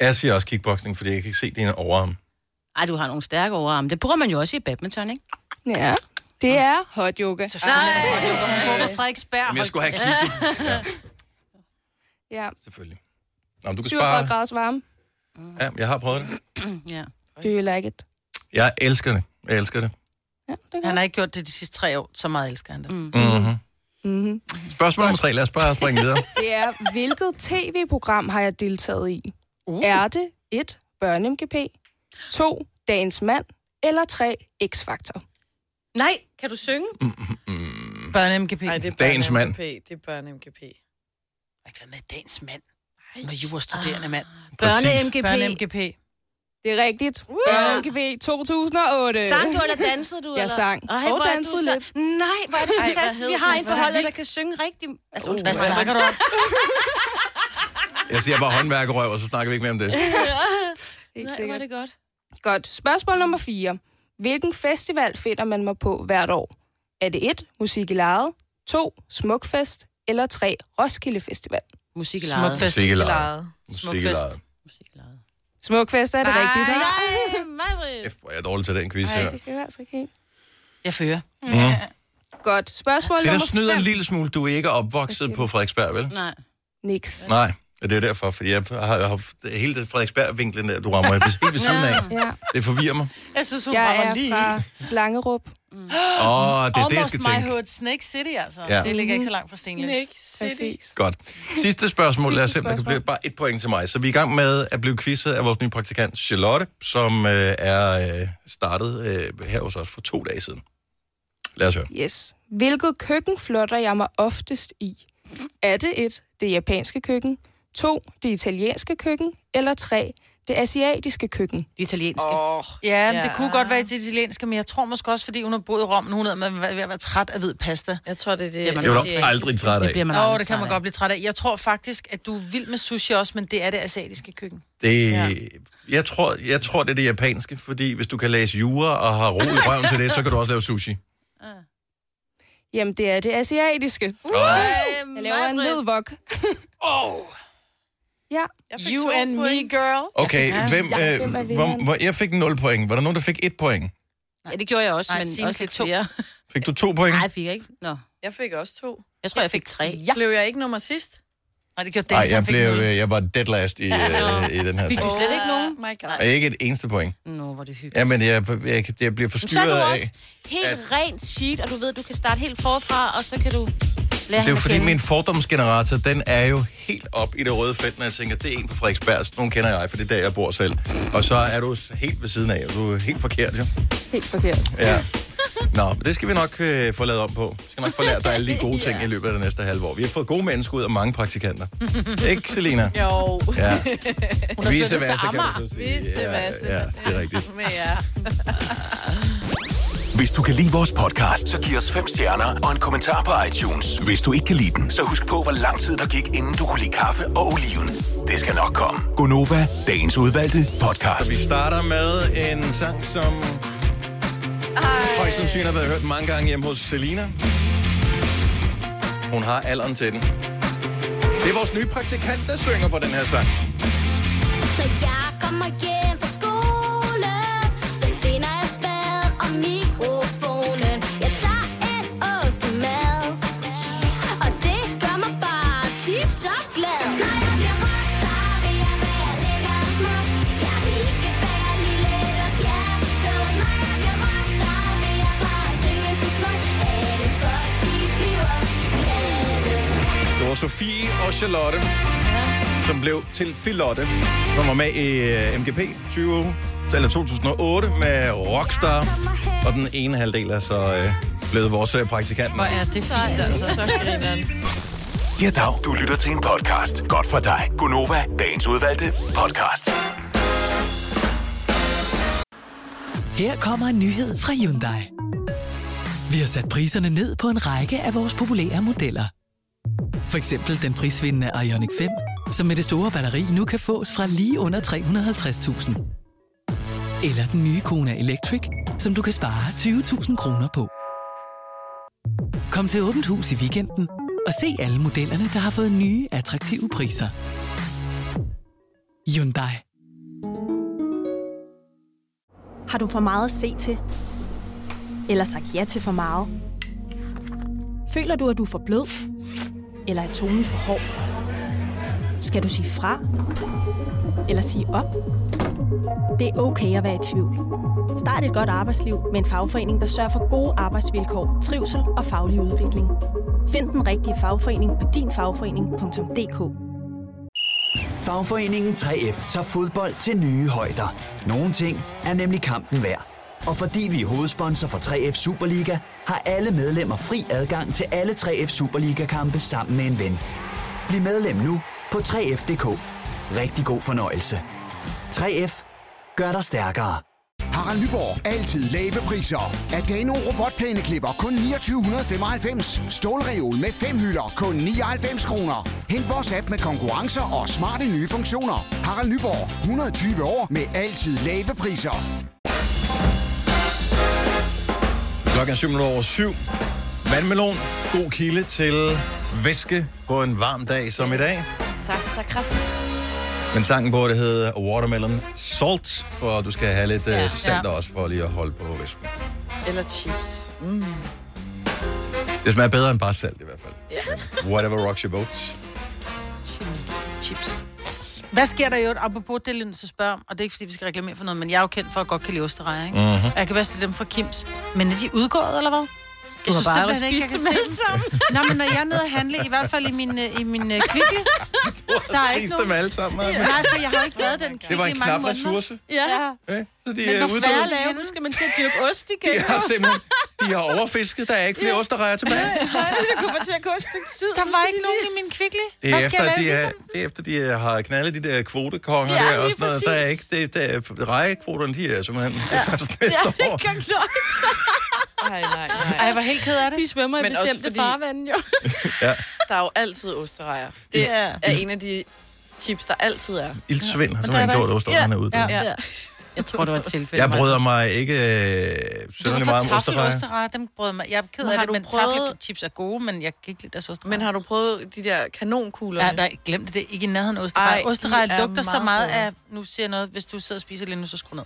Jeg siger også kickboxing, fordi jeg kan ikke se dine overarm.
Ej, du har nogle stærke overarme. Det bruger man jo også i badminton, ikke?
Ja, det er Ah. hot yoga.
Hun bor på Frederiksberg.
Men jeg
hold
skulle have kigget. Ja,
Ja.
selvfølgelig. Nå, men du kan
37
spare.
graders varme.
Ja, jeg har prøvet det.
Ja.
Do you like it?
Jeg elsker det. Jeg elsker det.
Ja, det er
Han
godt.
har ikke gjort det de sidste tre år, så meget elsker han det. Mm.
Mm-hmm.
Mhm.
Spørgsmål nummer tre. Lad os bare springe videre.
Det er, hvilket tv-program har jeg deltaget i? Uh. Er det 1. Børne-MGP, 2. Dagens Mand eller 3. X-Factor?
Nej, kan du synge?
Børne MGP.
Nej,
Ej, det...
det er
Dagens
børne-
mand.
MGP. Det er børne-MGP.
Ikke hvad med dagens mand. Hun er jurastuderende mand.
Ah,
Børne-MGP.
Børne MGP.
Det er rigtigt. Uh. Børne-MGP 2008.
Sang du, eller dansede du?
Jeg
eller?
sang.
Ej,
Og
hvor er du
dansede
så-
lidt.
Nej, hvor er det fantastisk. Vi har en på holdet, der kan synge rigtig...
Uh,
Altså, undskyld.
Hvad snakker du om?
Jeg siger bare håndværkerøv, og så snakker vi ikke mere om det.
Helt
Nej, hvor er
sikkert.
det godt.
Godt. Spørgsmål nummer 4. Hvilken festival finder man mig på hvert år? Er det 1. Musik i lejet, 2. Smukfest eller 3. Roskilde Festival?
Musik i lejet.
Smukfest.
Sikkelejet.
Lejet.
Sikkelejet.
Musik i lejet.
Smukfest er det rigtige svar.
Nej, mig,
F, hvor er jeg dårlig til den quiz her. Mm.
Nej, det kan jeg altså ikke helt.
Jeg fører.
Godt. Spørgsmål
Det der
nummer
snyder en
5.
lille smule. Du er ikke opvokset på Frederiksberg, vel?
Nej.
Niks.
Nej, og det er derfor, fordi jeg har, jeg har hele det Frederiksberg-vinklen der, du rammer jeg helt ved siden af.
Ja.
Det forvirrer mig.
Jeg synes, hun
Jeg
rammer
er
lige. Mm.
fra Slangerup.
Åh, oh, det er det, jeg
Almost
skal
my
tænke.
hood, Snake City, altså.
Ja.
Det ligger ikke så langt fra Stenløs.
Nick City.
Præcis.
Godt. Sidste spørgsmål. Lad os se, om der kan
spørgsmål.
blive bare et point til mig. Så vi er i gang med at blive quizzet af vores nye praktikant, Charlotte, som øh, er øh, startet øh, her hos os for to dage siden. Lad os høre.
Yes. Hvilket køkken flotter jeg mig oftest i? Er det et, det japanske køkken, to, det italienske køkken, eller tre, Det asiatiske køkken.
De italienske.
Åh,
Ja, men det kunne godt være til italienske, men jeg tror måske også, fordi hun har boet i Rom, nu hun er ved at være træt af hvid pasta.
jeg tror, det er det.
Jamen,
man
Det var
er
nok aldrig træt
Det
af.
bliver man
Åh,
aldrig
oh, det kan
træt
man
af.
godt blive træt af. Jeg tror faktisk, at du er vild med sushi også, men det er det asiatiske køkken.
Det, jeg, tror, jeg tror, det er det japanske, fordi hvis du kan læse jura og har ro i røven til det, så kan du også lave sushi.
Jamen, det er det asiatiske. Uh, jeg laver en hvid vok. Ja,
You and me, girl.
Okay,
Altså,
hvem,
jeg-
øh,
hvem er
hvor,
vinderen?
hvor, jeg fik 0 point. Var der nogen, der fik 1 point?
Ja, det gjorde jeg også,
Nej,
men
Signe
også
fik
lidt
to.
flere.
Fik du 2 point?
Nej, fik jeg ikke. Nå.
Jeg fik også to.
Jeg tror, jeg fik tre.
Ja. Blev jeg ikke nummer sidst?
Nej, det gjorde
Nej,
Dennis,
jeg,
han fik
blev,
nul.
øh, jeg var dead last i, øh, i den her
Fik du
ting.
slet ikke nogen?
Ah, My God.
Og ikke et eneste point.
Nå, hvor er det hyggeligt.
Jamen, jeg, jeg, jeg bliver
Så er
forstyrret
du
af...
også helt rent sheet, og du ved, du kan starte helt forfra, og så kan du lære
Det er jo fordi, min fordomsgenerator, den er jo helt op i det røde felt, når jeg tænker, det er en på Frederiksberg, sådan nogen kender jeg, for det er der, jeg bor selv. Og så er du s- helt ved siden af, og du er helt forkert, jo.
helt forkert.
Ja. Nå, men det skal vi nok øh, få lavet om på. Vi skal nok få lært dig alle de gode ting i løbet af det næste halve år. Vi har fået gode mennesker ud af mange praktikanter. Ikke, Selina?
Jo,
Ja.
Hun er flyttet til
versa, kan man
Amager.
så sige.
Visse versa.
Ja, ja, det er rigtigt.
men ja.
Hvis du kan lide vores podcast, så giv os fem stjerner og en kommentar på iTunes. Hvis du ikke kan lide den, så husk på, hvor lang tid der gik, inden du kunne lide kaffe og oliven. Det skal nok komme. Gonova, dagens udvalgte podcast.
Vi starter med en sang, som højst sandsynligt har været hørt mange gange hjemme hos Selina. Hun har alderen til den. Det er vores nye praktikant, der synger på den her sang.
Når jeg kommer hjem fra skole, så finder jeg spad og mikrofonen. Jeg tager en ostemad, og det gør mig bare tip-top glad. Når jeg bliver rockstar, vil jeg være lækker og smuk. Jeg vil ikke være lille eller pjattet. Når jeg bliver rockstar, vil jeg bare synge så smukt. Alle folk, de bliver glade.
Det var Sofie og Charlotte, som blev til Filotte, som var med i øh, MGP 20, eller 2008 med Rockstar. Og den ene halvdel er så øh, blevet vores øh, praktikant.
Hvor er det fint, altså.
Så grineren.
Ja, dag. Du lytter til en podcast. Godt for dig. Gonova, dagens udvalgte podcast.
Her kommer en nyhed fra Hyundai. Vi har sat priserne ned på en række af vores populære modeller. For eksempel den prisvindende Ioniq 5, som med det store batteri nu kan fås fra lige under 350.000. Eller den nye Kona Electric, som du kan spare 20.000 kroner på. Kom til Åbent Hus i weekenden og se alle modellerne, der har fået nye, attraktive priser. Hyundai.
Har du for meget at se til? Eller sagt ja til for meget? Føler du, at du er for blød? Eller er tonen for hård? Skal du sige fra? Eller sige op? Det er okay at være i tvivl. Start et godt arbejdsliv med en fagforening, der sørger for gode arbejdsvilkår, trivsel og faglig udvikling. Find den rigtige fagforening på dinfagforening.dk.
Fagforeningen 3F tager fodbold til nye højder. Nogle ting er nemlig kampen værd. Og fordi vi er hovedsponsor for 3F Superliga, har alle medlemmer fri adgang til alle 3F Superliga-kampe sammen med en ven. Bliv medlem nu på 3F.dk. Rigtig god fornøjelse. 3F gør dig stærkere.
Harald Nyborg. Altid lave priser. Adano robotplæneklipper kun 2995. Stålreol med fem hylder kun 99 kroner. Hent vores app med konkurrencer og smarte nye funktioner. Harald Nyborg. 120 år med altid lave priser.
Klokken er 7 minutter over 7. Vandmelon, god kilde til væske på en varm dag som i dag.
Saft og kraft.
Men sangen på det hedder Watermelon Salt, for du skal have lidt ja,
Ja.
salt
Ja.
også for lige at holde på væsken.
Eller chips.
Det smager bedre end bare salt i hvert fald. Whatever rocks your boat.
Chips. Hvad sker der i øvrigt? Apropos det, Lind, så spørger om, og det er ikke, fordi vi skal reklamere for noget, men jeg er jo kendt for, at jeg godt kan lide osterejer, ikke?
Mhm.
Mm-hmm. Jeg kan være til dem fra Kims. Men er de udgået, eller hvad? Jeg
Du har
synes
bare
simpelthen ikke, jeg kan
spist
se
dem
dem. Nej, men når jeg er nede og handle, i hvert fald i min, øh, i min uh, kvickle, der er ikke
Spis
nogen...
dem alle sammen. Maja.
Nej, for jeg har jo ikke været i den
Det var
kvickle i
en
mange
knap
måneder.
ressource.
Ja.
Okay? Så de
Men
er
hvor færre
uddøde.
lave, nu skal man til at dyrke ost igen.
De har simpelthen, De har overfisket, der er ikke flere osterrejer tilbage.
det kunne bare til at gå et stykke tid.
Der var ikke nogen i min kvikle.
Det er,
Hvad skal jeg
efter,
lave
de
i
er, det er efter, de har knaldet de der kvotekonger
Ja,
ja, der og
lige
sådan noget. Så er ikke, det, det er, rejekvoterne, de er simpelthen... Ja. Det er først næste
ikke
år.
engang
Nej, nej, nej.
Ej, jeg var helt ked af det.
De svømmer i
Men også
bestemte
fordi-
farvande, jo.
Der er jo altid osterejer.
Det
Det
er-
er, er en af de chips, der altid er.
Iltsvind har simpelthen gjort osterrejerne ud.
Ja, ja.
Jeg tror, det var et tilfælde.
Jeg bryder mig ikke øh,
Du
synderligt
var
meget
for
om
taffel
osterrejer.
osterrejer, dem brød mig. Jeg er ked
Men
af
har
det,
du
men
prøvet-
taffelchips er gode, men jeg kan ikke lide deres osterrejer.
Men har du prøvet de der kanonkugler?
Ja, nej, glem det. Det er ikke i nærheden af osterrejer.
Ej, de
Osterrejer
er
lugter så
meget
meget
gode.
af... Nu siger jeg noget, hvis du sidder og spiser lige nu, så skru ned.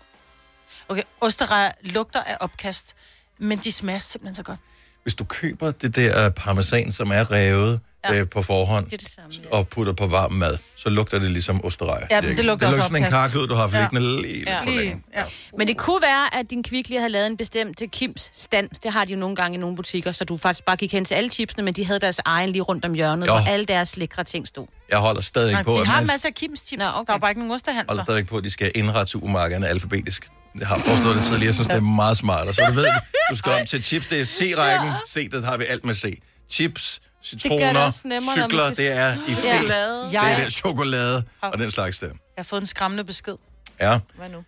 Okay, osterrejer lugter af opkast, men de smager simpelthen så godt.
Hvis du køber det der parmesan, som er revet
Ja.
øh, på forhånd,
Det er det samme, ja.
og putter på varm mad, så lugter det ligesom osterrejer.
Ja, men det lugter også
det lugter sådan en
opkast.
karklød, du har haft
Ja.
liggende lige ja. for længe.
ja.
Men det kunne være, at din Kvickly havde lavet en bestemt til Kims stand. Det har de jo nogle gange i nogle butikker, så du faktisk bare gik hen til alle chipsene, men de havde deres egen lige rundt om hjørnet,
Jo.
hvor alle deres lækre ting stod.
Jeg holder stadig
Nej,
på,
de
at
har
man
en masse af Kims chips.
Nå, okay.
Der er bare ikke nogen
holder
osterhanser.
stadig på, at de skal indrette supermarkederne alfabetisk. Jeg har forstået det tidligere, jeg synes, det er meget smart. Og så du ved, du skal om til chips, det er C-rækken. C, der har vi alt med C. Chips,
gør det
citroner,
også nemmere, når man
cykler,
skal-
det er i C.
Ja.
Det er
Jeg-
der chokolade og den slags der.
Jeg har fået en skræmmende besked.
Ja,
Hvad nu?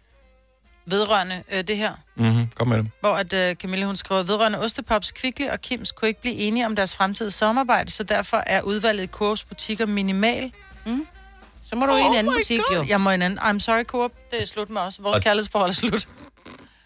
Vedrørende øh, det her.
mm-hmm. kom med det.
hvor at, øh, Camille hun skriver, vedrørende Ostepops, Kvickly og Kims kunne ikke blive enige om deres fremtidige samarbejde, så derfor er udvalget i Coops butikker minimal.
Mm. Så må du i en
Oh
anden butik, jo.
Jeg må i en anden. I'm sorry, Coop. Det er slut med os. Vores
Og-
og... kærlighedsforhold er slut.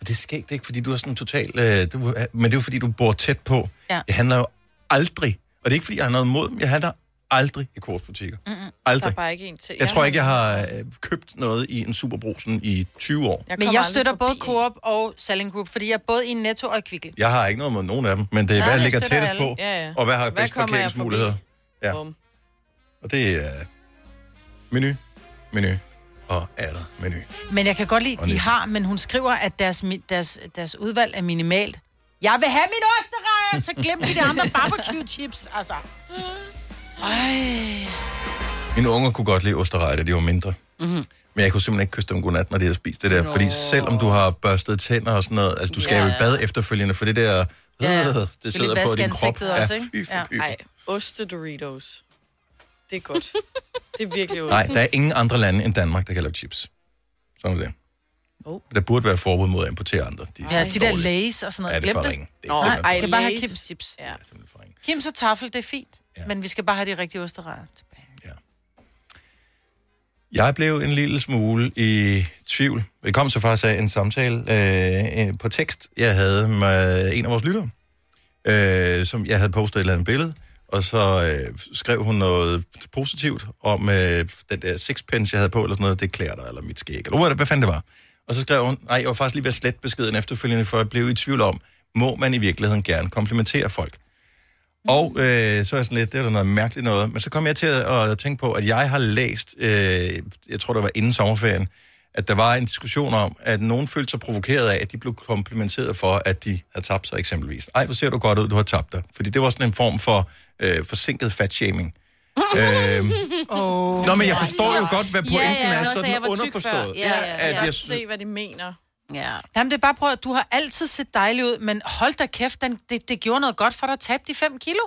Og Det sker ikke, det er ikke, fordi du er sådan total... Øh, du, er- men det er jo, fordi du bor tæt på.
Ja.
Det handler jo aldrig... Og det er ikke, fordi jeg har noget mod dem. Jeg handler aldrig i kortbutikker.
Mm.
Mm-mm. Der
Aldrig.
er bare ikke en til.
Jeg tror ikke, jeg har øh, købt noget i en superbrusen i 20 år.
Jeg
Men
kommer
jeg
aldrig
støtter
forbi
både
en.
Coop og Selling Group, fordi jeg er både i Netto og i Kvickly.
Jeg har ikke noget mod nogen af dem, men det er,
Nej,
hvad
jeg
ligger
støtter
tættest
alle.
på,
Ja, ja.
og hvad har
Hvad
bedst
kommer jeg
parkeringsmuligheder. Ja.
Bum.
Og det er menu, menu og atter menu.
Men jeg kan godt lide,
Og
de
Netto.
har, men hun skriver, at deres, mi- deres, deres udvalg er minimalt. Jeg vil have min osterrejer, så glem de der andre barbecue-chips, altså. Ej.
Mine unger kunne godt lide osterrejer, da de var mindre.
Mhm.
Men jeg kunne simpelthen ikke kysse dem godnat, når de havde spist det der. Nå. Fordi selvom du har børstet tænder og sådan noget, altså du skal jo i
Ja.
bad efterfølgende, for det der, øh, det sidder på din krop.
Også,
Ja, fy,
ikke?
fy, fy.
Nej, oste Doritos. Det er godt. det er virkelig ost.
Nej, der er ingen andre lande end Danmark, der kan lave chips. Sådan er det.
Oh.
Der burde være forbud mod at importere andre. De
Ja, de der Lays og sådan noget.
Ja, det er
Glem
for
det.
ringe. Det er
Nå,
simpelthen
nej,
for
vi skal bare have
Lays.
Kims chips.
Ja.
Kims og taffel, det er fint. Ja. Men vi skal bare have de rigtige osterrejer tilbage.
Jeg blev en lille smule i tvivl. Det kom så faktisk af en samtale øh, øh, på tekst, jeg havde med en af vores lyttere, øh, som jeg havde postet et eller andet billede, og så øh, skrev hun noget positivt om øh, den der sixpence, jeg havde på, eller sådan noget, det klæder dig, eller mit skæg, eller hvad, det- hvad fanden det var. Og så skrev hun, nej, jeg var faktisk lige ved at slette beskeden efterfølgende, for jeg blev i tvivl om, må man i virkeligheden gerne komplimentere folk?
Mhm.
Og øh, så er jeg sådan lidt, det er da noget mærkeligt noget. Men så kom jeg til at, at tænke på, at jeg har læst, øh, jeg tror det var inden sommerferien, at der var en diskussion om, at nogen følte sig provokeret af, at de blev komplimenteret for, at de havde tabt sig eksempelvis. Ej, hvor ser du godt ud, du har tabt dig. Fordi det var sådan en form for øh, forsinket fatshaming. øhm,
Oh,
Nå, men jeg forstår jo godt, hvad pointen ja, ja, er,
også, at
sådan
jeg var tyk før.
underforstået.
Ja, ja,
At jeg,
Jeg
sy-
se, hvad de mener.
Ja.
Jamen, det er bare prøv, at du har altid set dejlig ud, men hold da kæft, den, det, det gjorde noget godt for dig at tabe de 5 kilo.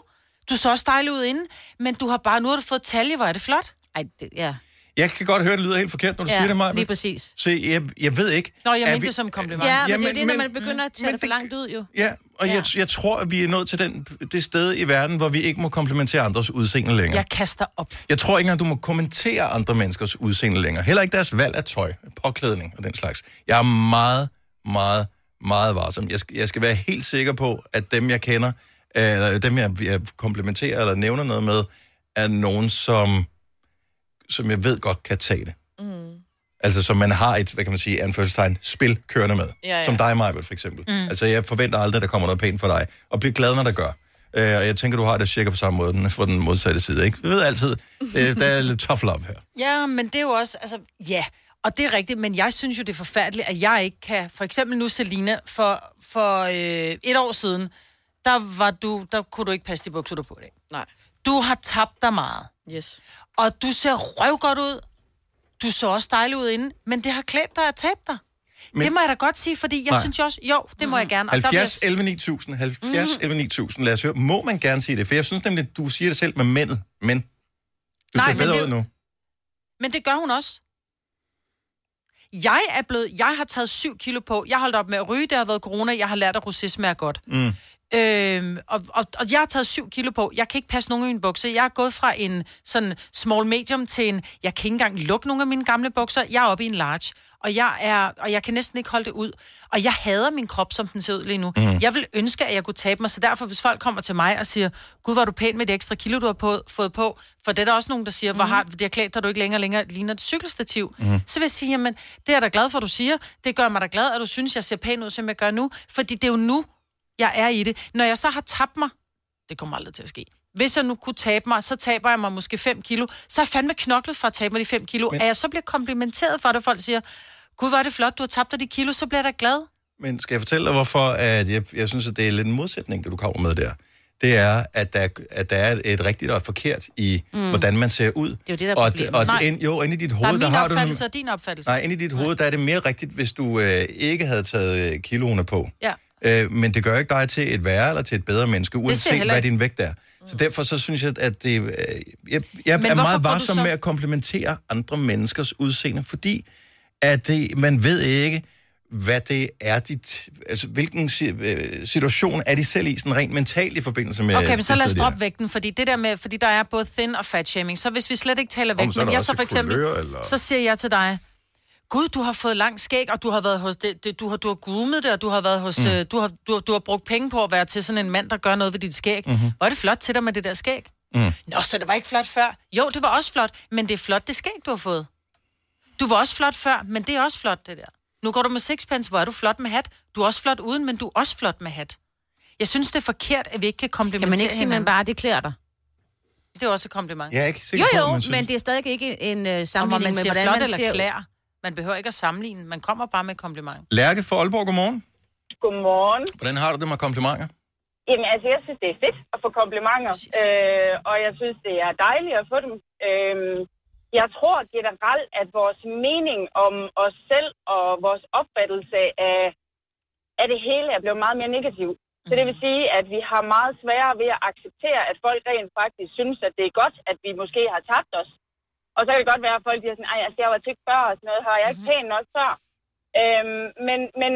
Du så også dejlig ud inden, men du har bare, nu har du fået talje, hvor er det flot.
Ej, det, ja.
jeg kan godt høre, det lyder helt forkert, når du
Ja,
siger det, Maja.
lige præcis.
Se, jeg, jeg ved ikke...
Nå, jeg
er
mente
vi-
det som et kompliment.
Ja, men
Jamen,
det er det, når
men-
man begynder at tage
men
det for
det-
langt ud, jo.
Ja, og ja. Jeg, jeg tror, at vi er nået til den, det sted i verden, hvor vi ikke må komplimentere andres udseende længere.
Jeg kaster op.
Jeg tror ikke engang, du må kommentere andre menneskers udseende længere. Heller ikke deres valg af tøj, påklædning og den slags. Jeg er meget, meget, meget varsom. Jeg skal, jeg skal være helt sikker på, at dem, jeg kender, øh, eller dem, jeg, jeg komplimenterer eller nævner noget med, er nogen, som, som jeg ved godt kan tage det.
Mm.
Altså, som man har et, hvad kan man sige, anførselstegn, spil kørende med.
Ja, ja.
Som dig, Majbert, for eksempel. Mm.
Mm.
Altså, jeg forventer aldrig, at der kommer noget pænt for dig. Og bliv glad, når der gør. Øh, og jeg tænker, du har det cirka på samme måde, den er fra den modsatte side, ikke? Vi ved altid, øh, der er lidt tough love her.
Ja, men det er jo også, altså, ja, og det er rigtigt, men jeg synes jo, det er forfærdeligt, at jeg ikke kan, for eksempel nu, Selina, for, for øh, et år siden, der, var du, der kunne du ikke passe de bukser, du har på i dag.
Nej.
Du har tabt dig meget.
Yes.
Og du ser røvgodt ud. Du så også dejlig ud inden, men det har klædt dig at tabe dig.
Men-
Men... Det må jeg da godt sige, fordi jeg
Nej.
Nej. synes jo også, jo, det
Mm.
må jeg gerne. Og der vil jeg
70, 11, 9000. 70,
Mm.
11, 9000. Lad os høre. Må man gerne sige det? For jeg synes nemlig, at du siger det selv med mændet. Men du
Nej,
ser
men
bedre
det-
ud nu.
Men det gør hun også. Jeg er blevet, jeg har taget syv kilo på. Jeg holdt op med at ryge, det har været corona. Jeg har lært, at russisme er godt.
Mm.
Øhm, og, og, og jeg har taget 7 kilo på. Jeg kan ikke passe nogen i en bukse. Jeg er gået fra en sådan small medium til en... Jeg kan ikke engang lukke nogle af mine gamle bukser. Jeg er oppe i en large. Og jeg, er, og jeg kan næsten ikke holde det ud. Og jeg hader min krop, som den ser ud lige nu.
Mm.
Mm. Jeg vil ønske, at jeg kunne tabe mig. Så derfor, hvis folk kommer til mig og siger, Gud, var du pæn med det ekstra kilo, du har på, fået på. For det er der også nogen, der siger, hvor har det har klædt dig, du ikke længere længere ligner et cykelstativ.
Mm.
Mm. Så vil jeg sige, jamen, det er jeg da glad for, du siger. Det gør mig da glad, at du synes, jeg ser pæn ud, som jeg gør nu. Fordi det er jo nu, jeg er i det. Når jeg så har tabt mig, det kommer aldrig til at ske. Hvis jeg nu kunne tabe mig, så taber jeg mig måske 5 kilo. Så er jeg fandme knoklet for at tabe mig de 5 kilo.
Men-
Men... At jeg så bliver komplimenteret for det, folk siger, Gud, hvor er det flot, du har tabt dig de kilo, så bliver jeg da glad.
Men skal jeg fortælle dig, hvorfor at jeg, jeg synes, at det er lidt en modsætning, det du kommer med der? Det er, at der, at der er et rigtigt og et forkert i, mm.
Mm.
hvordan man ser ud. Det
er jo det, der er
og,
problemet.
og
Nej.
ind, jo, inde i dit
Der er
hoved,
min
der har du...
opfattelse og din opfattelse.
Nej, inde i dit hoved, der er det mere rigtigt, hvis du øh, ikke havde taget øh, kiloene på.
Ja.
Øh, men det gør ikke dig til et værre eller til et bedre menneske,
siger jeg
uanset
heller
hvad
ikke. Mm.
din vægt er. Så derfor så synes jeg, at det, øh, jeg, jeg
Men hvorfor
er meget
går du
varsom
så-
med at komplementere andre menneskers udseende, fordi at det, man ved ikke, hvad det er dit, altså hvilken si- øh, situation er de selv i, sådan rent mentalt i forbindelse med...
Okay, men så
det
lad os
sted, de
droppe vægten, fordi det der med, fordi der er både thin og fat shaming. Så hvis vi slet ikke taler
Om,
vægt,
så er
men
der
jeg
også
så for eksempel,
kulør, eller-
så siger jeg til dig, Gud, du har fået lang skæg, og du har været hos det, det du har du har groomet det, og du har været hos
Mm.
mm. du, har, du, har- du har brugt penge på at være til sådan en mand, der gør noget ved dit skæg.
Mhm.
Mm-hmm. Hvor er det flot til dig med det der skæg?
Mm.
Nå, så det var ikke flot før. Jo, det var også flot, men det er flot det skæg, du har fået. Du var også flot før, men det er også flot, det der. Nu går du med sixpence, hvor er du flot med hat. Du er også flot uden, men du er også flot med hat. Jeg synes, det er forkert, at vi ikke kan komplimentere
Kan man ikke sige, at man
hinanden.
bare det klæder dig?
Det er også et kompliment.
Jeg er ikke
Jo,
sikker på,
jo,
om man
men,
synes-
det er stadig ikke en øh,
Om man
sammenligning med,
ser
hvordan
flot
man
eller
ser ud.
klær. Man behøver ikke at sammenligne. Man kommer bare med et kompliment.
er. Lærke fra Aalborg, godmorgen.
Godmorgen.
Hvordan har du det med komplimenter?
Jamen, altså, jeg synes, det er fedt at få komplimenter. Øh, og jeg synes, det er dejligt at få dem. Øh, jeg tror generelt, at vores mening om os selv og vores opfattelse af, af det hele er blevet meget mere negativ. Så det
Mm.
vil sige, at vi har meget sværere ved at acceptere, at folk rent faktisk synes, at det er godt, at vi måske har tabt os. Og så kan det godt være, at folk siger sådan, "Ej, altså, jeg var tyk før og sådan noget, har jeg
Mm-hmm.
ikke pæn nok før? Øhm, men, men,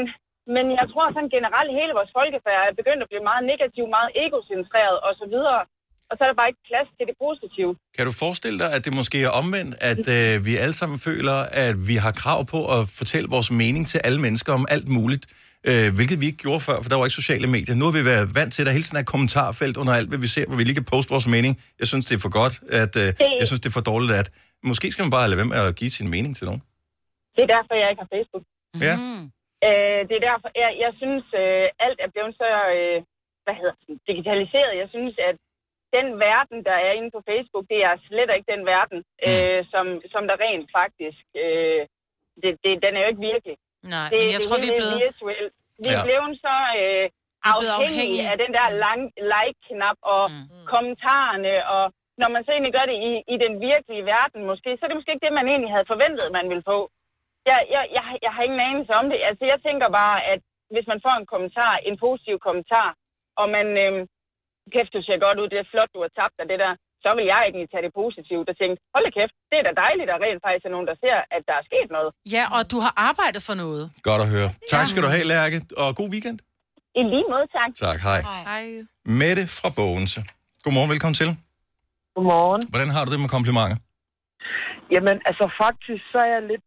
men jeg tror sådan generelt, hele vores folkefærd er begyndt at blive meget negativ, meget egocentreret og så videre. Og så er der bare ikke plads til det positive.
Kan du forestille dig, at det måske er omvendt, at øh, vi alle sammen føler, at vi har krav på at fortælle vores mening til alle mennesker om alt muligt, øh, hvilket vi ikke gjorde før, for der var ikke sociale medier. Nu har vi været vant til, at der hele tiden er et kommentarfelt under alt, hvad vi ser, hvor vi lige kan poste vores mening. Jeg synes, det er for godt, at øh, jeg synes, det er for dårligt, at måske skal man bare lade være med at give sin mening til nogen.
Det er derfor, jeg ikke har Facebook.
Ja.
Øh, det er derfor, jeg, jeg synes, øh, alt er blevet så øh, hvad hedder det, digitaliseret. Jeg synes, at den verden, der er inde på Facebook, det er slet ikke den verden,
Mm.
øh, som, som der rent faktisk... Øh, det, det, den er jo ikke virkelig.
Nej,
det,
men jeg
det
tror,
hele
vi er blevet-
Virtuelt. Vi er
Ja.
blevet så øh,
blevet
afhængige
afhængige.
af den der lang, like-knap og kommentarerne, og når man så egentlig gør det i, i den virkelige verden måske, så er det måske ikke det, man egentlig havde forventet, man ville få. Jeg, jeg, jeg, jeg har ingen anelse om det. Altså, jeg tænker bare, at hvis man får en kommentar, en positiv kommentar, og man, øh, kæft, du ser godt ud, det er flot, du har tabt dig, det der, så vil jeg egentlig tage det positivt og tænke, hold da kæft, det er da dejligt, at der rent faktisk er nogen, der ser, at der er sket noget.
Ja, og du har arbejdet for noget.
Godt at høre. Tak skal du have, Lærke, og god weekend.
I lige måde, tak.
Tak, hej.
Hej.
Mette fra Bogense. Godmorgen, velkommen til.
Godmorgen.
Hvordan har du det med komplimenter?
Jamen, altså faktisk, så er jeg lidt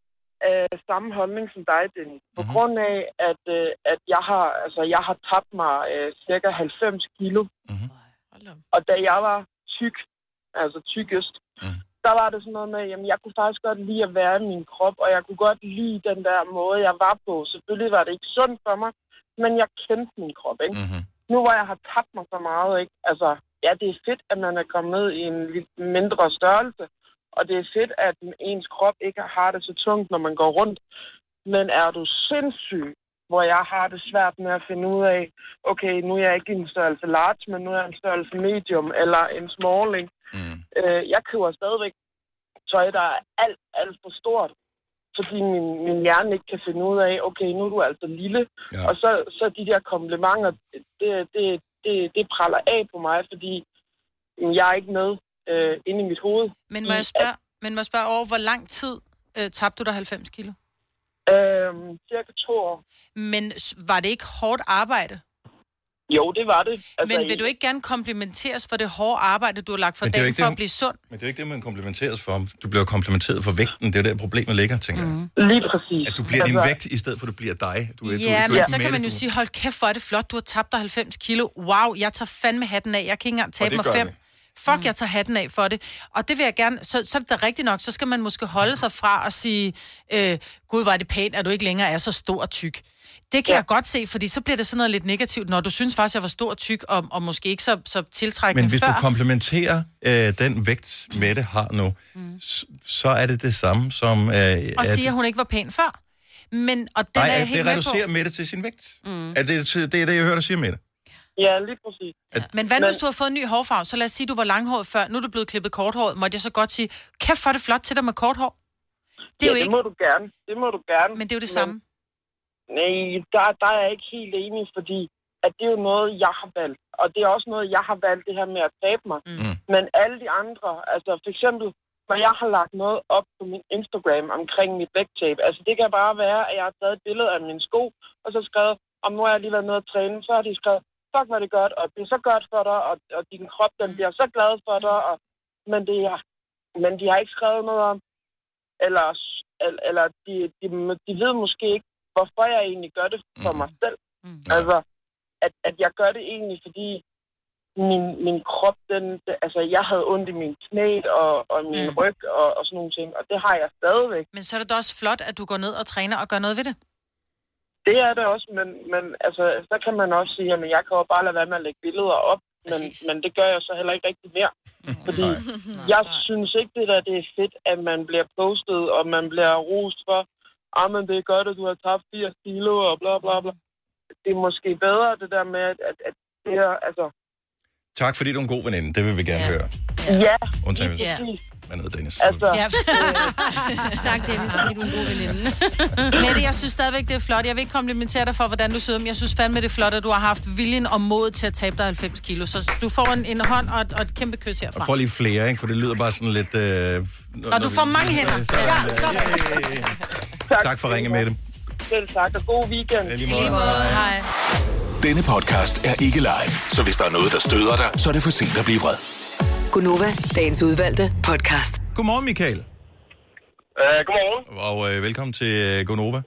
øh, samme holdning som dig, Dennis. På mm-hmm. grund af, at, øh, at jeg, har, altså, jeg har tabt mig øh, cirka 90 kilo. Mm-hmm. Og da jeg var tyk, altså tykkest, mm. der var det sådan noget med, jamen jeg kunne faktisk godt lide at være i min krop, og jeg kunne godt lide den der måde, jeg var på. Selvfølgelig var det ikke sundt for mig, men jeg kendte min krop, ikke? Mm-hmm. Nu hvor jeg har tabt mig så meget, ikke? Altså, ja, det er fedt, at man er kommet ned i en lidt mindre størrelse, og det er fedt, at ens krop ikke har det så tungt, når man går rundt. Men er du sindssyg, hvor jeg har det svært med at finde ud af, okay, nu er jeg ikke en størrelse large, men nu er jeg en størrelse medium eller en small, ikke? Mm. Øh, jeg køber stadigvæk tøj, der er alt, alt for stort. fordi min, min hjerne ikke kan finde ud af, okay, nu er du altså lille. Ja. Og så, så de der komplimenter, det, det, det, det praller af på mig, fordi jamen, jeg er ikke med øh, inde i mit hoved.
Men må
i,
jeg spørge, men må jeg spørge over, hvor lang tid øh, tabte du dig 90 kilo?
at, Øh, cirka to år.
Men s- var det ikke hårdt arbejde?
jo, det var det.
Altså, men vil
i-
du ikke gerne komplimenteres for det hårde arbejde, du har lagt for
Men det er jo
dagen
ikke
for
det,
at blive sund?
Men det er jo ikke det, man komplimenteres for. Du bliver komplimenteret for vægten. Det er jo der, problemet ligger, tænker jeg.
Mm. Lige præcis.
At du bliver din
Altså-
vægt, i stedet for at du bliver dig. Du, er- du, du,
Ja,
du
men
er
så
ikke
kan
Mette,
man jo
du-
sige, hold kæft, hvor er det flot, du har tabt dig 90 kilo. Wow, jeg tager fandme hatten af, jeg kan ikke engang tabe
det
mig
gør
fem.
vi.
Fuck, jeg tager hatten af for det. Og det vil jeg gerne, så, så er det da rigtigt nok, så skal man måske holde sig fra at sige, øh, gud, var det pænt, at du ikke længere er så stor og tyk. Det kan ja. jeg godt se, fordi så bliver det sådan noget lidt negativt, når du synes faktisk, jeg var stor og tyk, og, og måske ikke så, så tiltrækkende
Men hvis
før.
du komplementerer øh, den vægt, Mette har nu, mm. s- så er det det samme som... Øh,
og
at-
siger, at hun ikke var pæn før. Men, og den
Nej,
er jeg
at
helt med
det
på.
reducerer Mette til sin vægt. Mm. Er det, det er det, jeg hører dig sige, Mette.
Ja, lige præcis.
Men hvad nu, hvis du har fået en ny hårfarve? Så lad os sige, du var langhåret før, nu er du blevet klippet korthåret. Måtte jeg så godt sige, kæft for det flot til dig med kort hår? Det er
ja,
jo
det
ikke...
må du gerne. Det må du gerne.
Men det er jo det samme.
Nej, der, der er jeg ikke helt enig, fordi at det er jo noget, jeg har valgt. Og det er også noget, jeg har valgt, det her med at tabe mig.
Mm.
Men alle de andre, altså for eksempel, når jeg har lagt noget op på min Instagram omkring mit vægttab, altså det kan bare være, at jeg har taget et billede af min sko, og så skrevet, om nu har jeg lige været nede at træne, så har de skrevet, fuck hvor er det godt, og det er så godt for dig, og, og din krop, den bliver så glad for dig, og, men, det er, men de har ikke skrevet noget om, eller, eller- eller de, de, de ved måske ikke, hvorfor jeg egentlig gør det for mm. mig selv. Mm. Altså, at, at jeg gør det egentlig, fordi min, min krop, den, altså, jeg havde ondt i min knæ og, og min mm. ryg og, og sådan nogle ting, og det har jeg stadigvæk.
Men så er det da også flot, at du går ned og træner og gør noget ved det.
Det er det også, men, men altså, så kan man også sige, at jeg kan jo bare lade være med at lægge billeder op, men, men det gør jeg så heller ikke rigtig mere. Fordi jeg synes ikke, det der det er fedt, at man bliver postet, og man bliver rost for, ah, men det er godt, at du har tabt 80 kilo, og bla bla bla. Det er måske bedre, det der med, at, at, at det her, altså...
Tak, fordi du er en god veninde. Det vil vi gerne ja. høre.
Ja,
Undtagen hvis
lige præcis.
man hedder Dennis.
Altså,
Ja. tak, Dennis, fordi du er en god veninde. Mette, jeg synes stadigvæk, det er flot. Jeg vil ikke komplimentere dig for, hvordan du sidder, men jeg synes fandme, det er flot, at du har haft viljen og mod til at tabe dig 90 kilo. Så du får en, en hånd og et, og et kæmpe kys herfra.
Og får lige flere, ikke? for det lyder bare sådan lidt... Øh, når,
Når du får mange hænder. Ja, sådan.
Tak, tak for ringe, Mette.
Selv tak, og god weekend.
Ja, lige
måde.
Hej.
Denne podcast er ikke live, så hvis der er noget, der støder dig, så er det for sent at blive vred.
Gunova, dagens udvalgte podcast.
Godmorgen, Michael.
Uh, godmorgen.
Og øh, velkommen til øh, Gonova.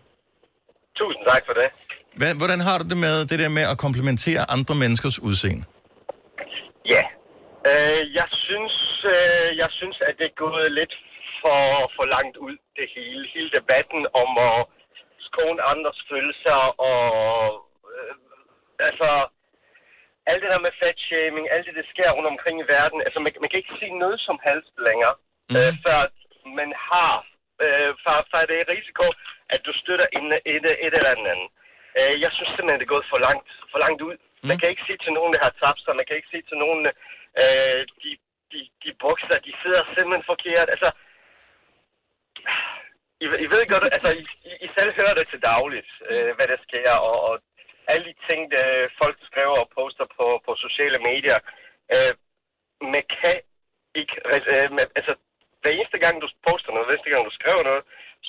Tusind tak for det.
Hva, hvordan har du det med det der med at komplimentere andre menneskers udseende?
Ja. Øh, jeg, synes, øh, jeg synes, at det er gået lidt for, for langt ud, det hele. Hele debatten om at skåne andres følelser og... Øh, altså, alt det der med fatshaming, alt det, der sker rundt omkring i verden. Altså, man, man kan ikke sige noget som helst længere, mm. øh, før man har... Øh, før, før det er risiko, at du støtter en, et, et eller andet. Øh, jeg synes simpelthen, det er gået for langt, for langt ud. Mm. Man kan ikke sige til nogen, der har tabt sig. Man kan ikke sige til nogen, øh, de, de, de bukser, de sidder simpelthen forkert. Altså, I, I ved godt, altså, I, I, I selv hører det til dagligt, øh, hvad der sker, og, og alle de ting, der folk skriver og poster på, på sociale medier. Øh, man kan ikke, re- øh, man, altså, hver eneste gang, du poster noget, hver eneste gang, du skriver noget,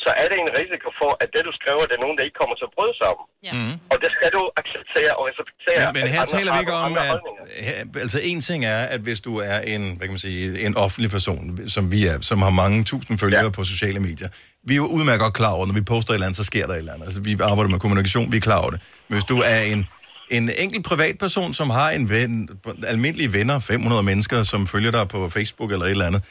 så er det en risiko for, at det, du skriver, det er nogen, der ikke kommer til at bryde sig om.
Ja. Mm.
Og det skal du acceptere og respektere.
Men, men her
at andre
taler vi
har
ikke
nogle
om,
andre
at
holdninger.
her, altså en ting er, at hvis du er en, hvad kan man sige, en offentlig person, som vi er, som har mange tusind følgere ja. på sociale medier, vi er jo udmærket godt klar over, når vi poster et eller andet, så sker der et eller andet. Altså, vi arbejder med kommunikation, vi er klar over det. Men hvis du er en, en enkelt privatperson, som har en ven, almindelige venner, 500 mennesker, som følger dig på Facebook eller et eller andet,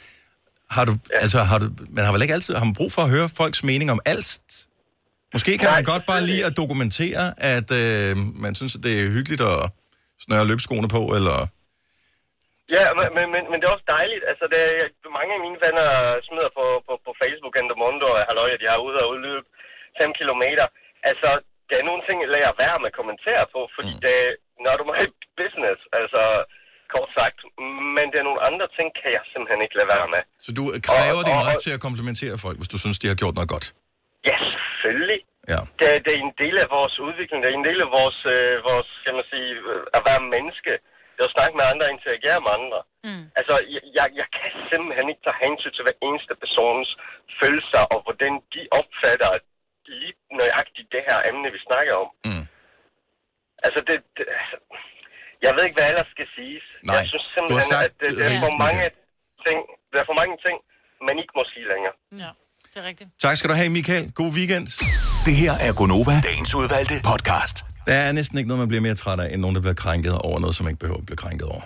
har du, ja. altså, har du, man har vel ikke altid har man brug for at høre folks mening om alt? Måske kan Nej, man godt bare lige at dokumentere, at øh, man synes, at det er hyggeligt at snøre løbskoene på, eller...
Ja, men, men- men, men det er også dejligt. Altså, det er, mange af mine venner smider på, på, på Facebook en Mondo, og halløj, at jeg er ude og udløbe 5 km. Altså, der er nogle ting, jeg lader være med at kommentere på, fordi mm. det, når du er i business, altså kort sagt, men der er nogle andre ting, kan jeg simpelthen ikke lade være med.
Så du kræver
Og-
din
og-
ret til at komplimentere folk, hvis du synes, de har gjort noget godt. Ja.
Det, det er en del af vores udvikling, det er en del af vores, øh, vores skal man sige, øh, at være menneske. Det er at snakke med andre, interagere med andre. Mm. Altså, jeg, jeg, jeg kan simpelthen ikke tage hensyn til hver eneste persons følelser, og hvordan de opfatter lige nøjagtigt det her emne, vi snakker om.
Mm.
Altså, det, det, altså, jeg ved ikke, hvad ellers skal siges.
Nej,
jeg synes
du har
simpelthen,
sagt
at det, det er
rigtig
for mange
meget.
ting, der er for mange ting, man ikke må sige længere.
Ja, det er rigtigt.
Tak skal du have, Michael. God weekend.
Det her er Gonova, dagens udvalgte podcast.
Der er næsten ikke noget, man bliver mere træt af, end nogen, der bliver krænket over noget, som man ikke behøver at blive krænket over.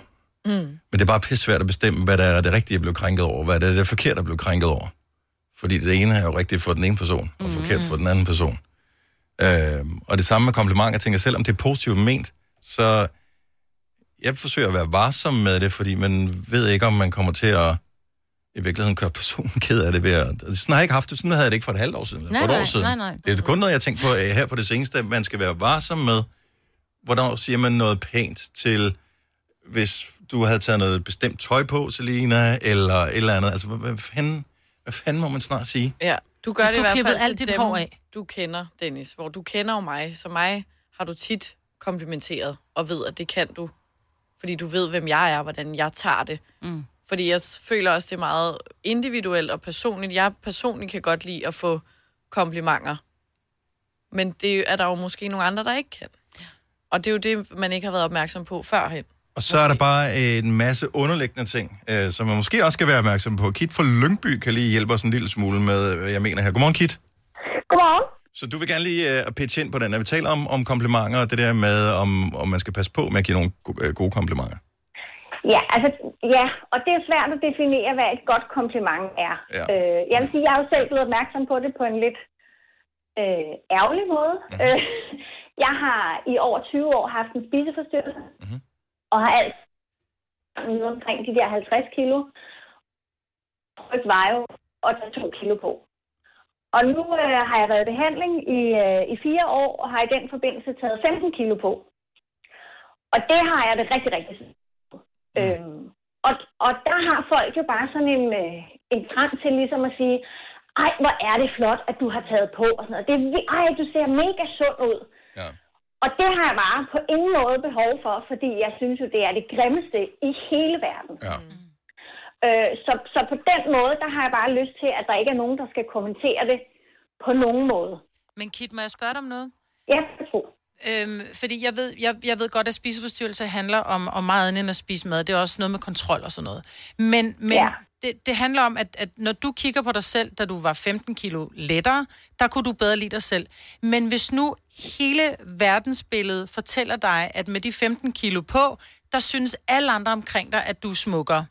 Mm.
Men det er bare pisse svært at bestemme, hvad der er det rigtige, jeg blev krænket over, hvad der er det forkerte, jeg blev krænket over. Fordi det ene er jo rigtigt for den ene person,
Mhm.
og forkert for den anden person. Øhm, og det samme med komplimenter. Jeg tænker, selvom det er positivt ment, så jeg forsøger at være varsom med det, fordi man ved ikke, om man kommer til at i virkeligheden gøre personen ked af det. Ved at, Altså, sådan har jeg ikke haft det. Sådan havde jeg det ikke for et halvt år siden. eller
Nej,
for et
nej,
år siden.
nej, nej.
Det er kun noget, jeg har tænkt på øh, her på det seneste, at man skal være varsom med, hvornår siger man noget pænt til, hvis du havde taget noget bestemt tøj på, Selina, eller et eller andet. Altså, hvad, hvad, fanden, hvad fanden må man snart sige?
Ja, du gør
Hvis
det
du
i hvert
klippede
fald
alt
til
dit
dem,
hår af.
du kender, Dennis. Hvor du kender jo mig, så mig har du tit komplimenteret og ved, at det kan du. Fordi du ved, hvem jeg er, hvordan jeg tager det.
Mm.
Fordi jeg føler også, det er meget individuelt og personligt. Jeg personligt kan godt lide at få komplimenter. Men det er der jo måske nogle andre, der ikke kan. Og det er jo det, man ikke har været opmærksom på førhen.
Og så er der bare en masse underliggende ting, øh, som man måske også skal være opmærksom på. Kit fra Lyngby kan lige hjælpe os en lille smule med, hvad jeg mener her. Godmorgen, Kit.
Godmorgen.
Så du vil gerne lige øh, pitche ind på den, at vi taler om, om komplimenter, og det der med, om, om man skal passe på med at give nogle go- øh, gode komplimenter.
Ja, altså, ja, og det er svært at definere, hvad et godt kompliment er.
Ja.
Øh, jeg vil sige, jeg er jo selv blevet opmærksom på det på en lidt øh, ærgerlig måde.
Mhm.
Øh, jeg har i over 20 år haft en spiseforstyrrelse, mm-hmm. og har alt noget omkring de der 50 kilo. Tryk var jo at tage to kilo på. Og nu øh, har jeg været i behandling i, øh, i fire år, og har i den forbindelse taget 15 kilo på. Og det har jeg det rigtig, rigtig svært med. Øhm, og, og der har folk jo bare sådan en, øh, en trang til ligesom at sige, ej, hvor er det flot, at du har taget på, og sådan noget. Det, er vi- ej, du ser mega sund ud.
Ja.
Og det har jeg bare på ingen måde behov for, fordi jeg synes jo, det er det grimmeste i hele verden.
Ja.
Øh, så, så på den måde, der har jeg bare lyst til, at der ikke er nogen, der skal kommentere det på nogen måde.
Men Kit, må jeg spørge dig om noget?
Ja, jeg tror.
Øhm, fordi jeg ved, jeg, jeg ved godt, at spiseforstyrrelse handler om, om meget andet end at spise mad. Det er også noget med kontrol og sådan noget. Men, men ja.
Ja.
det, det handler om, at, at når du kigger på dig selv, da du var 15 kilo lettere, der kunne du bedre lide dig selv. Men hvis nu hele verdensbilledet fortæller dig, at med de 15 kilo på, der synes alle andre omkring dig, at du er smukkere.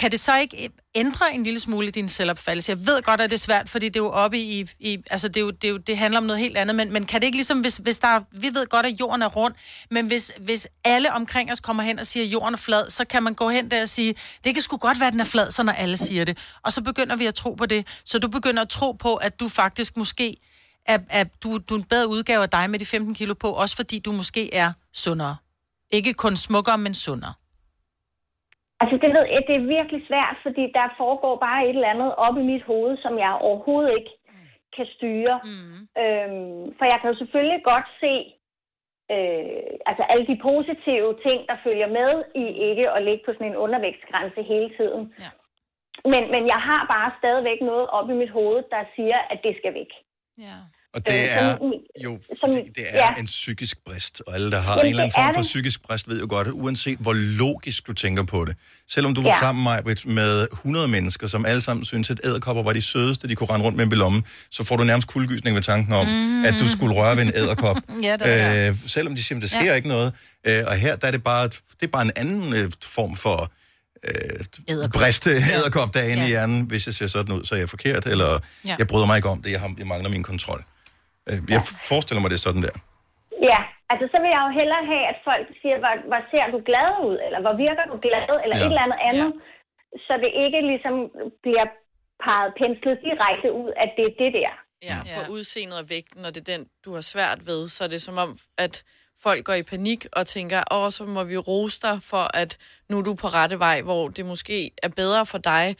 Kan det så ikke ændre en lille smule i din selvopfattelse? Jeg ved godt, at det er svært, fordi det er jo oppe i... i altså, det, er jo, det, er jo, det handler om noget helt andet, men, men kan det ikke ligesom, hvis, hvis der... er- Vi ved godt, at jorden er rund, men hvis, hvis alle omkring os kommer hen og siger, at jorden er flad, så kan man gå hen der og sige, det kan sgu godt være, at den er flad, så når alle siger det. Og så begynder vi at tro på det. Så du begynder at tro på, at du faktisk måske... At, at du, du er en bedre udgave af dig med de 15 kilo på, også fordi du måske er sundere. Ikke kun smukkere, men sundere.
Altså, det ved jeg, det er virkelig svært, fordi der foregår bare et eller andet op i mit hoved, som jeg overhovedet ikke kan styre. Mm. Øhm, for jeg kan jo selvfølgelig godt se øh, altså alle de positive ting, der følger med i ikke at ligge på sådan en undervægtsgrænse hele tiden.
Ja.
Men, men jeg har bare stadigvæk noget op i mit hoved, der siger, at det skal væk.
Og
Øh,
det er
som-
jo
som-
fordi det er
ja.
en psykisk brist, og alle, der har
Jamen,
en eller anden
det er
form for
det.
psykisk brist, ved jo godt, at uanset hvor logisk du tænker på det, selvom du var
Ja.
sammen med, med 100 mennesker, som alle sammen syntes, at æderkopper var de sødeste, de kunne rende rundt med en belomme, så får du nærmest kuldegysning ved tanken om, mm.
Mhm.
at du skulle røre ved en æderkop.
Ja, det er det.
øh, selvom de siger, at der
Ja.
sker ja. ikke noget. Øh, og her der er det, bare, det er bare en anden øh, form for øh, briste æderkop, der er inde ja. i hjernen. Hvis jeg ser sådan ud, så er jeg forkert, eller
Ja.
ja. jeg bryder mig ikke om det, jeg, har, jeg mangler min kontrol. Øh, Jeg forestiller mig, det er sådan der.
Ja, altså så vil jeg jo hellere have, at folk siger, hvor, hvor ser du glad ud, eller hvor virker du glad, eller
Ja.
ja. et eller andet andet, ja. så det ikke ligesom bliver peget penslet direkte ud, at det er det der.
Ja, ja. på udseendet og vægten, og det er den, du har svært ved, så er det som om, at folk går i panik og tænker, åh, så må vi rose dig for, at nu er du på rette vej, hvor det måske er bedre for dig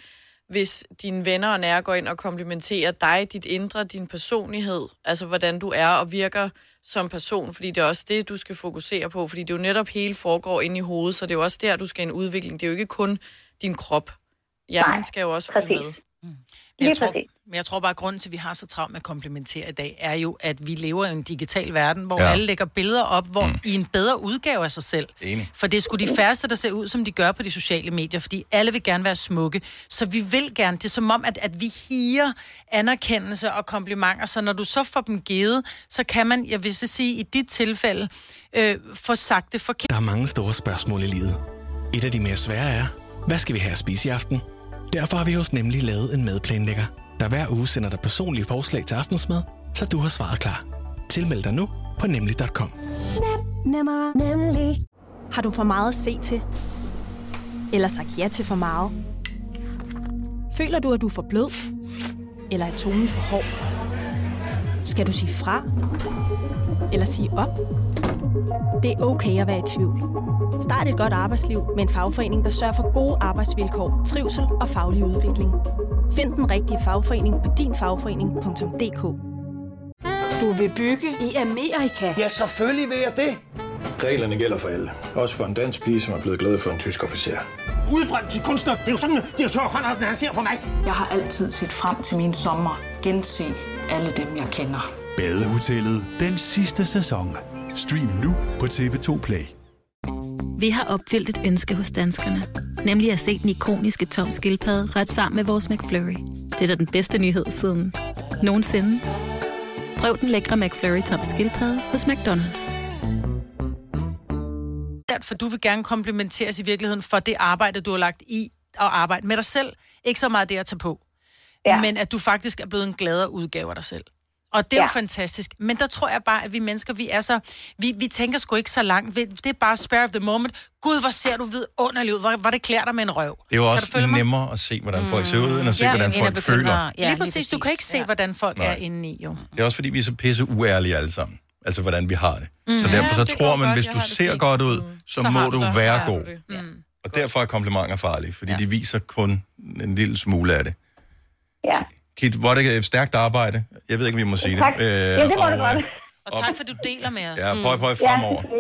hvis dine venner og nære går ind og komplimenterer dig, dit indre, din personlighed, altså hvordan du er og virker som person, fordi det er også det, du skal fokusere på, fordi det jo netop hele foregår inde i hovedet, så det er jo også der, du skal have en udvikling. Det er jo ikke kun din krop. Hjernen
Nej,
skal jo også følge med.
Mm. Men jeg, tror, men jeg tror bare, at grunden til, at vi har så travlt med at komplimentere i dag, er jo, at vi lever i en digital verden, hvor
Ja.
ja. alle lægger billeder op hvor mm. i en bedre udgave af sig selv.
Enig.
For det er sgu de færreste, der ser ud, som de gør på de sociale medier, fordi alle vil gerne være smukke. Så vi vil gerne. Det er som om, at, at vi higer anerkendelse og komplimenter, så når du så får dem givet, så kan man, jeg vil så sige, i dit tilfælde, øh, få sagt det forkert.
Der er mange store spørgsmål i livet. Et af de mere svære er, hvad skal vi have at spise i aften? Derfor har vi hos Nemlig lavet en madplanlægger, der hver uge sender dig personlige forslag til aftensmad, så du har svaret klar. Tilmeld dig nu på nemlig.com.
Nemmer, nemlig. Har du for meget at se til? Eller sagt ja til for meget? Føler du, at du er for blød? Eller er tonen for hård? Skal du sige fra? Eller sige op? Det er okay at være i tvivl. Start et godt arbejdsliv med en fagforening, der sørger for gode arbejdsvilkår, trivsel og faglig udvikling. Find den rigtige fagforening på dinfagforening.dk Du vil bygge i Amerika? Ja, selvfølgelig vil jeg det.
Reglerne gælder for alle. Også for en dansk pige, som er blevet glad for en tysk officer.
Udbrændt til kunstner. Det er jo sådan, at de har han ser på mig. Jeg har altid set frem til min sommer. Gense alle dem, jeg kender.
Badehotellet den sidste sæson. Stream nu på TV2 Play.
Vi har opfyldt et ønske hos danskerne. Nemlig at se den ikoniske tom skildpadde ret sammen med vores McFlurry. Det er da den bedste nyhed siden nogensinde. Prøv den lækre McFlurry tom skildpadde hos McDonald's.
forkert, for du vil gerne komplimenteres i virkeligheden for det arbejde, du har lagt i at arbejde med dig selv. Ikke så meget det at tage på. Ja. Men at du faktisk er blevet en gladere udgave af dig selv. Og det er ja. jo
Ja.
fantastisk. Men der tror jeg bare, at vi mennesker, vi er så... Vi, vi tænker sgu ikke så langt. Vi- Det er bare spare of the moment. Gud, hvor ser du vidunderlig ud. Hvor, hvor det klæder dig med en røv.
Det er jo
Kan
også
du følge mig? Mm.
nemmere at se, hvordan folk ser ud, end at se, hvordan
end at
folk
begynde
føler.
at- Ja, lige, præcis. Du kan ikke se, hvordan folk
Nej.
er inde i, jo.
Det er også fordi, vi er så pisse uærlige alle sammen. Altså, hvordan vi har det. Mm.
Mm.
Så
Ja,
derfor så
det
tror
går
man,
godt,
hvis
jeg
du
har det
ser
fint. Mm.
godt ud, så
Så
må
har-
du
så
være
er du
god.
det.
Og derfor er komplimenter farlige, fordi de viser kun en lille smule af det.
Ja.
Kit, hvor er det et stærkt arbejde. Jeg ved ikke, om vi må sige
Tak.
det.
Ja, det må
øh, og,
du godt.
øh,
Og tak, for at du deler med os.
Ja,
Mm.
prøv- prøv fremover.
Ja,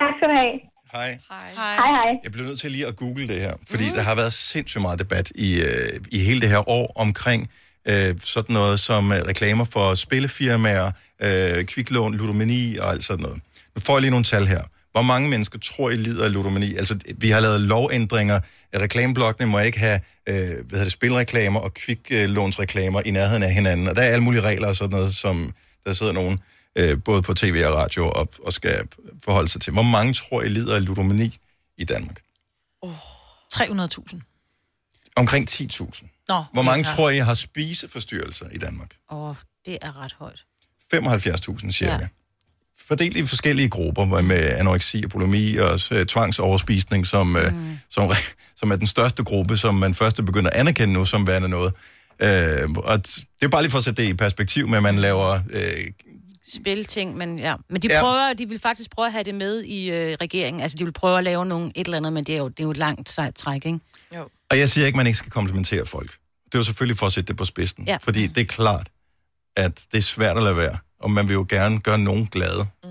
tak skal du have.
Hej.
Hej.
Hej, hej.
Jeg bliver nødt til lige at google det her, fordi mm. der har været sindssygt meget debat i, øh, i hele det her år omkring øh, sådan noget som øh, reklamer for spillefirmaer, øh, kviklån, ludomani og alt sådan noget. Nu får jeg lige nogle tal her. Hvor mange mennesker tror I lider af ludomani? Altså, vi har lavet lovændringer. Reklameblokkene må ikke have øh, hvad hedder det, spilreklamer og kviklånsreklamer i nærheden af hinanden. Og der er alle mulige regler og sådan noget, som der sidder nogen øh, både på tv og radio og, og skal forholde sig til. Hvor mange tror I lider af ludomani i Danmark?
300.000.
Omkring 10.000.
Nå,
Hvor mange
det er
tror I har spiseforstyrrelser i Danmark?
Åh, oh, det er ret højt.
75.000 cirka. Ja. Fordelt i forskellige grupper hvor- med anoreksi og bulimi og øh, tvangsoverspisning, som, mm. øh, som, som er den største gruppe, som man først er begyndt at anerkende nu som værende noget. Øh, og t- det er bare lige for at sætte det i perspektiv med, at man laver... Øh,
Spilting, men ja. Men de
Ja.
ja. prøver, de vil faktisk prøve at have det med i øh, regeringen. Altså, de vil prøve at lave nogle et eller andet, men det er jo, det er jo et langt sejt træk, ikke?
Jo.
og jeg siger ikke, at man ikke skal komplimentere folk. Det er jo selvfølgelig for at sætte det på spidsen.
Ja.
Fordi det er klart, at det er svært at lade være. Og man vil jo gerne gøre nogen glade. Mm.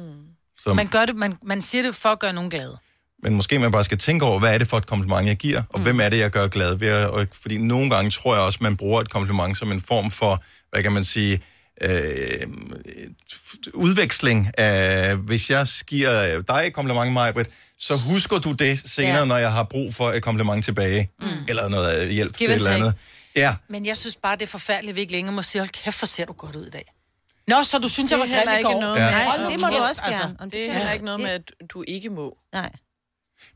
Som... Man, gør det, man, man siger det for at gøre nogen glade.
Men måske man bare skal tænke over, hvad er det for et kompliment, jeg giver, og mm. hvem er det, jeg gør glad ved. Og, fordi nogle gange tror jeg også, man bruger et kompliment som en form for, hvad kan man sige, øh, et- udveksling af, hvis jeg giver dig et kompliment, Majbrit, så husker du det senere,
Ja.
når jeg har brug for et kompliment tilbage, mm. eller noget øh, hjælp
Give
til et
and
eller andet. Ja,
Men jeg synes bare, det er forfærdeligt, at vi ikke længere må sige, hold kæft, hvor ser du godt ud i dag. Nå, så du synes,
Det
jeg var
er heller
grim i
ikke
går.
noget
Ja.
med,
Nej,
om
det må du
kæft,
også
altså.
gerne. Om det
det er
kan
heller
jeg.
ikke noget med, at du ikke må.
Nej.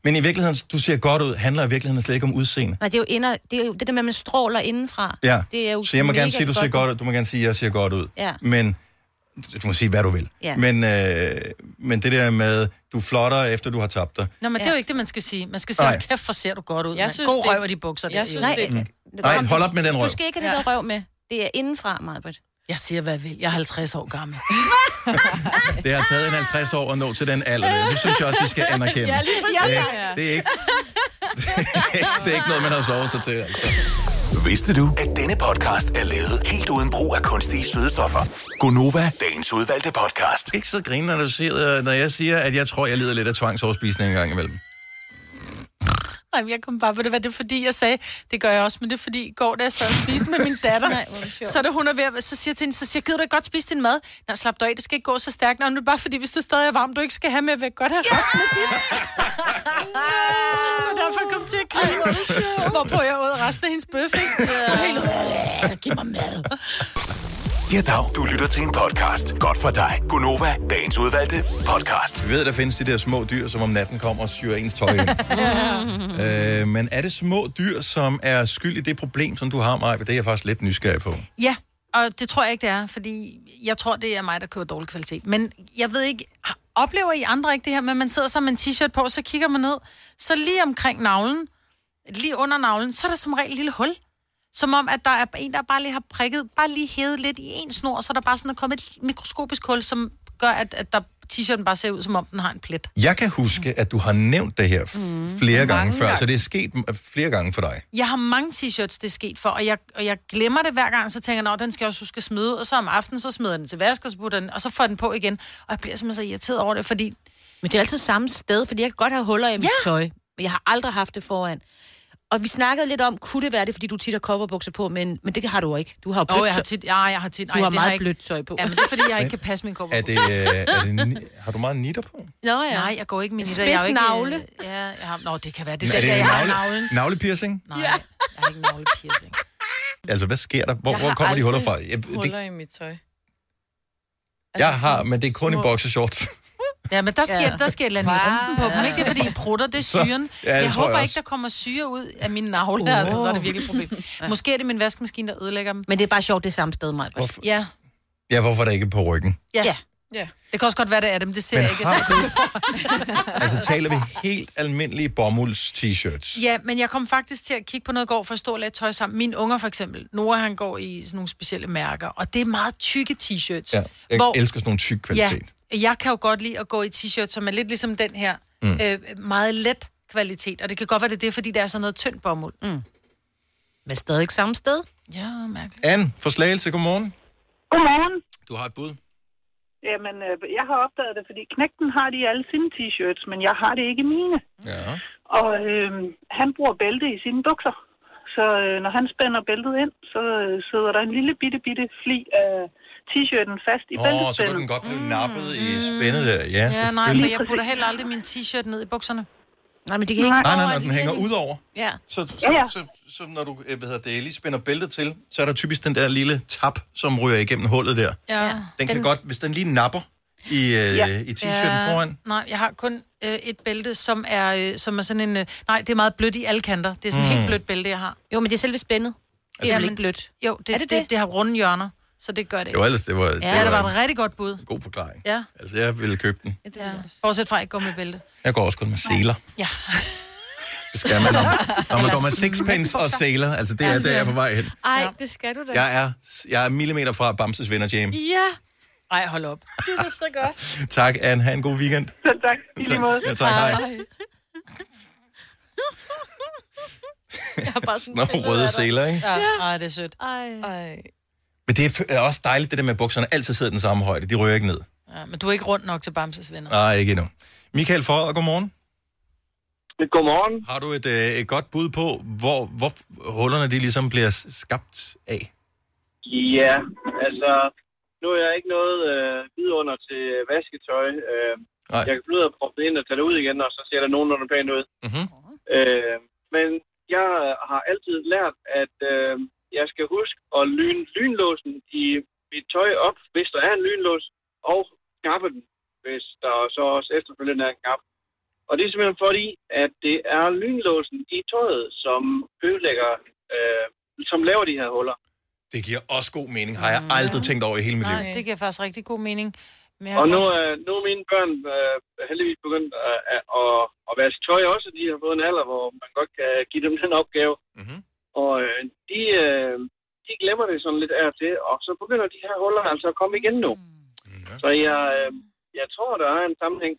men i virkeligheden, du ser godt ud, handler i virkeligheden slet ikke om udseende.
Nej, det er jo, inder, det, er jo det der med, at man stråler indenfra.
Ja,
Det er jo
så jeg må gerne
mega
sige, du ser godt ud, du må gerne sige, jeg ser godt ud.
Ja.
Men du må sige, hvad du vil.
Ja.
Men, øh, men det der med, du flotter, efter du har tabt dig.
Nå, men ja. det er jo ikke det, man skal sige. Man skal sige,
Nej.
hold kæft, hvor ser du godt ud.
Jeg
Jeg
synes,
synes, God
det-
røv af de bukser.
Jeg synes,
Nej,
det-
Mm. Nej, hold op med den
Du
røv.
skal ikke have det der røv med. Det er indenfra, Marbet.
Jeg siger, hvad jeg vil. Jeg er 50 år gammel.
Det har taget en 50 år at nå til den alder. der. Det synes jeg også, vi skal anerkende.
Ja, lige præcis.
det, er ikke, det er ikke noget, man har sovet sig til. Altså.
Vidste du, at denne podcast er lavet helt uden brug af kunstige sødestoffer?
Gunova.
Dagens udvalgte podcast.
Ikke så grine, når, du siger, når jeg siger, at jeg tror, jeg lider lidt af tvangsoverspisning en gang imellem.
Nej, men jeg kom bare på det. Var det fordi, jeg sagde, det gør jeg også, men det er fordi, i går, da jeg sad og spiste med min datter, Nej, så er det hun er ved at, så siger jeg til hende, så siger jeg, gider du ikke godt spise din mad? Nej, slap dig af, det skal ikke gå så stærkt. Nå, men det er bare fordi, hvis det stadig er varmt, du ikke skal have med, jeg vil godt have resten af dit. Det var derfor, jeg kom til at grine. Hvorpå jeg åd resten af hendes bøf, ikke? Og helt, "Øh, giv mig mad.
Ja, dag. Du lytter til en podcast. Godt for dig. Gunova, dagens udvalgte podcast.
Vi ved, der findes de der små dyr, som om natten kommer og syrer ens tøj ind. øh, men er det små dyr, som er skyld i det problem, som du har, Maja? Det er jeg faktisk lidt nysgerrig på.
Ja, og det tror jeg ikke, det er, fordi jeg tror, det er mig, der køber dårlig kvalitet. Men jeg ved ikke, har- oplever I andre ikke det her, men man sidder så med en t-shirt på, så kigger man ned, så lige omkring navlen, lige under navlen, så er der som regel et lille hul. Som om, at der er en, der bare lige har prikket, bare lige hævet lidt i en snor, og så er der bare sådan at komme et mikroskopisk hul, som gør, at, at der t-shirten bare ser ud, som om den har en plet.
Jeg kan huske, at du har nævnt det her f-
Mm.
flere
Mange
gange før,
gange.
så det er sket m- flere gange for dig.
Jeg har mange t-shirts, det er sket for, og jeg, og jeg glemmer det hver gang, så tænker jeg, "Nå, den skal jeg også huske at smide, og så om aftenen, så smider jeg den til vask, og så putter jeg den, og så får jeg den på igen, og jeg bliver simpelthen så irriteret over det, fordi...
Men det er altid samme sted, fordi jeg kan godt have huller i mit
Ja.
tøj. Men jeg har aldrig haft det foran. Og vi snakkede lidt om, kunne det være det, fordi du tit har kopperbukser på, men, men det har du ikke. Du har jo
Åh,
blødt
jeg har
tøj.
tit, ja, jeg har tit,
Du har
det
meget
ikke-
blødt tøj på.
Ja, men det er, fordi jeg ikke kan passe min
Er
kåber.
det, øh, er det, ni- har du meget nitter på?
Nå, ja.
Nej, jeg går ikke med
En
nitter. Jeg er jo
spids
ikke, øh,
navle.
Ja, jeg har, nå, det kan være, det
Men
er, er det, jeg har
navle-
navlen.
Navlepiercing?
Nej, jeg har ikke navlepiercing.
Altså, hvad sker der? Hvor,
Jeg
hvor
har
kommer de huller fra?
aldrig
Jeg, det,
huller i mit tøj.
jeg
Altså,
har, men det er kun i
små-
boxershorts.
Ja, men der sker,
Ja.
ja. der sker et eller andet i rumpen på dem, ikke? Det er, fordi I prutter, det er
Så-
syren.
Ja, det
jeg
tror jeg
håber
også.
ikke, der kommer syre ud af mine navle,
Åh.
oh. altså, så er det virkelig et problem. Måske er det min vaskemaskine, der ødelægger dem.
Men det er bare sjovt, det er samme sted, mig.
Hvorfor?
Ja,
Ja, hvorfor er det ikke på ryggen?
ja. ja. Det kan også godt være, det er dem, det ser
Men
jeg ikke.
har
Jeg ser det
Altså, taler vi helt almindelige bomulds-t-shirts?
Ja, men jeg kom faktisk til at kigge på noget i går for at stå og lave tøj sammen. Mine unger for eksempel, Nora han går i sådan nogle specielle mærker, og det er meget tykke t-shirts.
Ja, jeg Hvor... elsker sådan nogle tyk kvalitet.
Ja, jeg kan jo godt lide at gå i t-shirts, som er lidt ligesom den her,
Mm.
mm. øh, meget let kvalitet, og det kan godt være, det er det, fordi det er sådan noget tyndt bomuld. Mm.
Men stadig ikke samme sted.
Ja, mærkeligt.
Ja. Anne fra Slagelse, godmorgen.
Godmorgen.
Du har et bud.
Jamen, øh, jeg har opdaget det, fordi knægten har de i alle sine t-shirts, men jeg har det ikke i mine.
Ja.
Og øh, han bruger bælte i sine bukser. Så øh, når han spænder bæltet ind, så øh, sidder der en lille bitte, bitte fli af t-shirten fast i
Åh, så kunne
bæltespændet.
den godt blive nappet i spændet der. Ja,
Mm. Ja, nej, for
selvfølgelig.
jeg putter heller aldrig min t-shirt ned i bukserne.
Nej, men det
kan hænge Nej, nej, nej, over den hænger alligevel. ud over.
Ja.
Så, så, så, så, så når du øh, hvad hedder det, lige spænder bæltet til, så er der typisk den der lille tap, som ryger igennem hullet der.
ja.
Den kan godt, hvis den lige napper i, øh, ja. i t-shirten
Ja,
foran.
Nej, jeg har kun øh, et bælte, som er, øh, som er sådan en... Øh, nej, det er meget blødt i alle kanter. Det er sådan et
Mm.
helt blødt bælte, jeg har.
Jo, men det er selve spændet.
Det er vel ikke blødt? Jo, det, er det, det, det, har runde hjørner, så det gør det ikke.
Jo, ellers det var-
Ja,
det
det var, det
var
var et rigtig godt bud.
God forklaring.
Ja.
Altså, jeg ville købe den.
ja. Bortset fra, at jeg ikke går med bælte.
Jeg går også kun med seler.
Ja.
Det skal man. Når, når man
Eller
går med sixpence og seler, altså det er der, jeg er på vej hen.
Ej, ja. det skal du da.
Jeg er, jeg er millimeter fra Bamses Venner Jam.
Ja.
Ej, hold op.
Det er da så godt.
Tak, Anne. Ha' en god weekend.
Selv tak. I
lige måde. Ja, tak. Hej. Hej.
Jeg har bare sådan
Nå, røde seler, ikke?
Ja. Ej, det er sødt.
Ej.
Ej.
Men det er f- er også dejligt, det der med at bukserne altid sidder i den samme højde. De rører ikke ned.
Ja, men du er ikke rundt nok til Bamses venner.
Nej, ikke endnu. Michael Forrad, godmorgen. Godmorgen. Har du et, øh, et godt bud på, hvor, hvor hullerne de ligesom bliver s- skabt af?
Ja, altså, nu er jeg ikke noget øh, vidunder til vasketøj. Øh, jeg kan blive ud og proppe det ind og tage det ud igen, og så ser der nogenlunde pænt ud.
Mm-hmm.
Øh, men jeg har altid lært, at øh, jeg skal huske at lyne lynlåsen i mit tøj op, hvis der er en lynlås, og knappe den, hvis der så også efterfølgende er en knap. Og det er simpelthen fordi, at det er lynlåsen i tøjet, som ødelægger, øh, som laver de her huller.
Det giver også god mening, har jeg aldrig tænkt over i hele mit liv.
Nej, det giver faktisk rigtig god mening. Men jeg
Og
har
nu,
godt-
øh, nu er mine børn øh, heldigvis begyndt øh, at, at, at vaske tøj også. De har fået en alder, hvor man godt kan give dem den opgave.
Mm-hmm.
Og øh, de, øh, de glemmer det sådan lidt af og til, og så begynder de her huller altså at komme igen nu.
Mhm.
Så jeg, øh, jeg tror, der er en sammenhæng.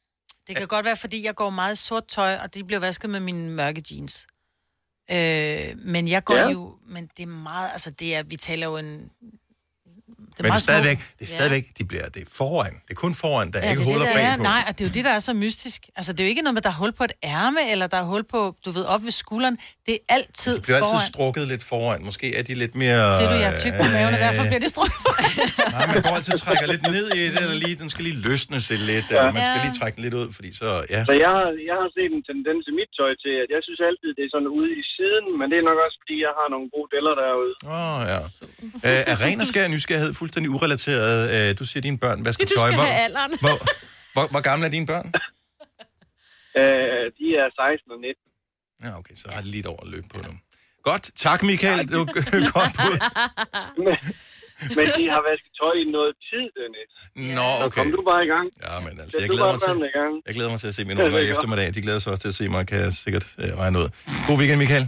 Det kan godt være, fordi jeg går meget i sort tøj, og det bliver vasket med mine mørke jeans. Øh, Øh, men jeg går
Ja.
ja. jo... Men det er meget... Altså, det er, vi taler jo en... Det
Det men det er
meget små-
stadigvæk, det er stadigvæk de bliver det er foran. Det er kun foran, der er
Ja,
ikke
det er
huller
det, der er.
bagpå.
Nej, og det er jo det, der er så mystisk. Altså, det er jo ikke noget med, der er hul på et ærme, eller der er hul på, du ved, op ved skulderen. Det er altid
De bliver altid
foran.
strukket lidt foran. Måske er de lidt mere... øh,
Ser du, jeg er tyk på maven, og derfor bliver det strukket.
Man går altid og trækker lidt ned i det, eller lige, den skal lige løsne sig lidt, ja. eller man skal lige trække den lidt ud, fordi så... Ja.
Så jeg, har- jeg har set en tendens i mit tøj til, at jeg synes altid, det er sådan ude i siden, men det er nok også, fordi jeg har nogle gode deller derude.
Åh, oh, ja. Øh, er ren og skær nysgerrighed fuldstændig urelateret? Øh, du siger, dine børn vasker
Du skal
tøj.
have alderen.
hvor, hvor, hvor gamle er dine børn?
Øh, de er 16 og 19.
Ja, okay, så har de lidt over at løbe på dem. Godt, tak Michael. Det var g- godt bud.
men, men de har vasket tøj i noget tid, Dennis.
Nå, okay.
Kom du bare i gang.
Ja, men altså,
Sæt
jeg
du
glæder
bare
mig til,
børnene i gang.
jeg glæder mig til at se mine
Ja, det
unger
er
i
godt.
eftermiddag. De glæder sig også til at se mig, kan jeg sikkert øh, regne ud. God weekend, Michael.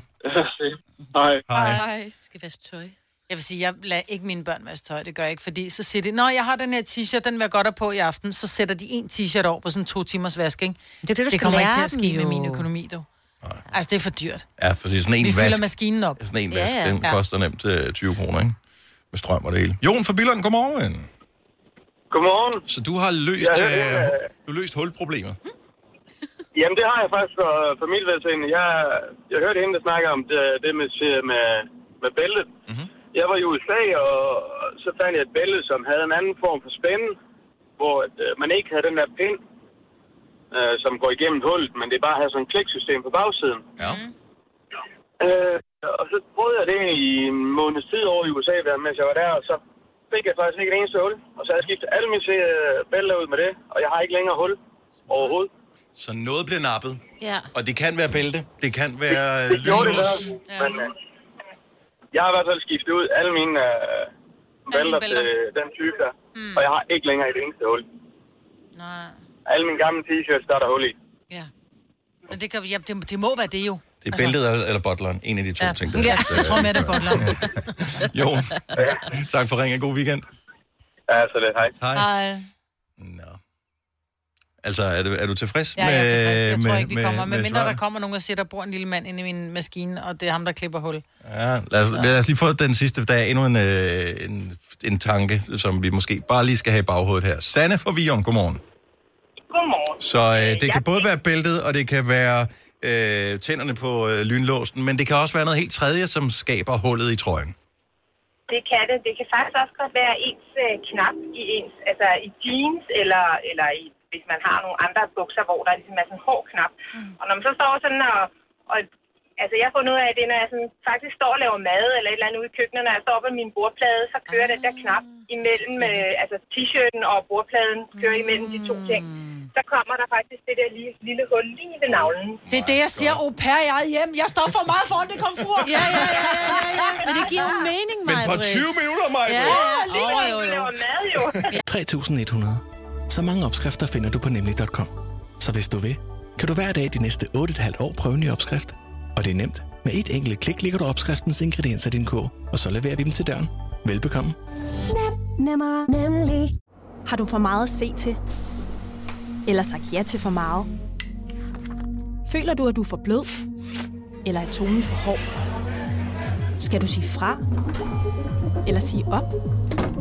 Hej.
Hej. Skal vaske tøj. Jeg vil sige, jeg lader ikke mine børn vaske tøj, det gør jeg ikke, fordi så siger de, nå, jeg har den her t-shirt, den vil jeg godt have på i aften, så sætter de en t-shirt over på sådan to timers vask, ikke?
Det, er det, du
det
skal
kommer ikke
lære
til at ske
dem
med
jo.
min økonomi, dog. Altså, det er for dyrt.
Ja, for sådan en
Vi
vask.
fylder maskinen op.
Sådan en
Ja,
vask,
ja.
den
Ja.
koster nemt øh, 20 kroner, ikke? Med strøm og det hele. Jon fra Billund, godmorgen.
Godmorgen.
Så du har løst,
Ja,
ja,
ja, ja.
ja, ja. Øh, du har løst hulproblemer.
Jamen, det har jeg faktisk for familieveltagende. Jeg, jeg hørte hende, der snakker om det, det med, med, med bæltet. Mm-hmm. Jeg var i USA, og så fandt jeg et bælte, som havde en anden form for spænde, hvor at, øh, man ikke havde den der pind, øh, som går igennem hullet, men det bare havde sådan et kliksystem på bagsiden. Mhm.
Ja.
Øh, og så prøvede jeg det i en måneds tid over i USA, der, mens jeg var der, og så fik jeg faktisk ikke et eneste hul. Og så har jeg skiftet alle mine øh, bælter ud med det, og jeg har ikke længere hul overhovedet.
Så noget bliver nappet,
Ja.
og det kan være bælte, det kan være øh,
Det gjorde det
lynlås.
nok, men øh, jeg har i hvert fald skiftet ud alle mine øh, bælter til den type der, og jeg har ikke længere et eneste hul.
Nej.
Alle mine gamle t-shirts, der er der hul i.
Men det, kan, jamen, det, det må være det jo.
Det er bæltet eller- eller bottleren, en af de to
Ja.
ting.
Ja, jeg tror mere, det er bottleren.
Jon, tak for ringen. God weekend.
Ja, så det. Hej.
Hej.
Hej.
Altså, er du, er du tilfreds
Ja,
med...
jeg er tilfreds. Jeg tror
med-
ikke, vi kommer. Men mindre der
svaret?
kommer nogen og siger, der bor en lille mand inde i min maskine, og det er ham, der klipper hul.
Ja, lad os, lad os lige få den sidste. Der er endnu en, øh, en, en tanke, som vi måske bare lige skal have i baghovedet her. Sanne fra Vium, godmorgen.
Godmorgen.
Så øh, det kan både være bæltet, og det kan være øh, tænderne på øh, lynlåsen, men det kan også være noget helt tredje, som skaber hullet i trøjen.
Det kan det. Det kan faktisk også godt være ens øh, knap i ens, altså i jeans, eller, eller i, hvis man har nogle andre bukser, hvor der ligesom er sådan en hård knap. Mm. Og når man så står sådan og, og altså jeg får noget af det, når jeg sådan, faktisk står og laver mad, eller et eller andet ude i køkkenet, når jeg står på min bordplade, så kører den der knap
Ah.
imellem, øh, altså t-shirten og bordpladen kører imellem de to ting.
Mm.
Så kommer der faktisk det der lille, lille hul lige ved navlen.
Det er det, jeg siger, au pair i eget hjem. Jeg står for meget foran det komfur.
Ja, ja, ja, ja, ja, ja.
Men det giver jo mening,
Men
Maja.
på 20
minutter,
Ja, ja, lige oh, jo, jo.
mad, jo.
3.100. Så mange opskrifter finder du på nemlig.com. Så hvis du vil, kan du hver dag de næste 8,5 år prøve en ny opskrift. Og det er nemt. Med et enkelt klik ligger du opskriftens ingredienser i din kog, og så leverer vi dem til døren. Velbekomme.
Nem, nemmer, nemlig. Har du for meget at se til? Eller sagt ja til for meget? Føler du, at du er for blød? Eller er tonen for hård? Skal du sige fra? Eller sige op?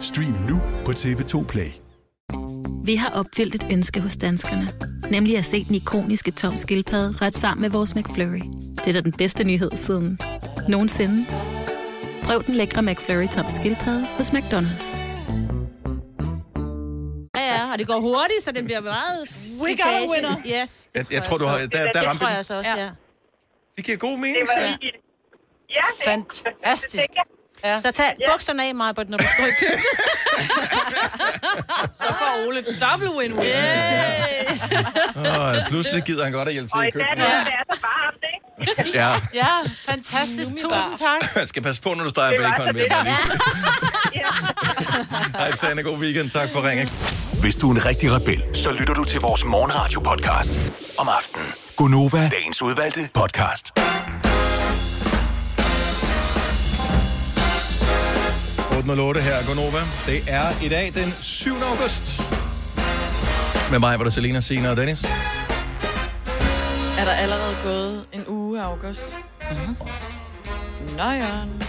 Stream nu på TV2 Play.
Vi har opfyldt et ønske hos danskerne. Nemlig at se den ikoniske tom skildpadde ret sammen med vores McFlurry. Det er da den bedste nyhed siden nogensinde. Prøv den lækre McFlurry tom skildpadde hos McDonald's.
Ja, ja, og det går hurtigt, så den bliver meget...
We got a
slitage.
winner.
Yes.
Jeg, jeg tror, du har... Der, der
det
ramte
tror
den.
jeg så også, ja.
Det giver god mening,
Det var
Sanne.
lige... Ja, det,
Fantastisk.
Det tænker jeg.
Ja. Så tag ja. bukserne af, Marbert, når du står i køkkenet.
Så får Ole dobbelt win-win.
Åh, pludselig gider han godt at hjælpe til i køkkenet.
Det er så varmt, ikke?
Ja.
Ja, fantastisk. Tusind tak.
Jeg skal passe på, når du steger
Det var så
bacon. vil jeg
lidt.
bare lige sige. Hej, Sanne. God weekend. Tak for ringen.
Hvis du er en rigtig rebel, så lytter du til vores morgenradio-podcast om aftenen. Gunova, dagens udvalgte podcast.
klokken 8.08 her, Gonova. Det er i dag den 7. august. Med mig var der Selina, Sina og Dennis.
Er der allerede gået en uge af august?
Mm-hmm.
Uh-huh. Nå, Jørgen.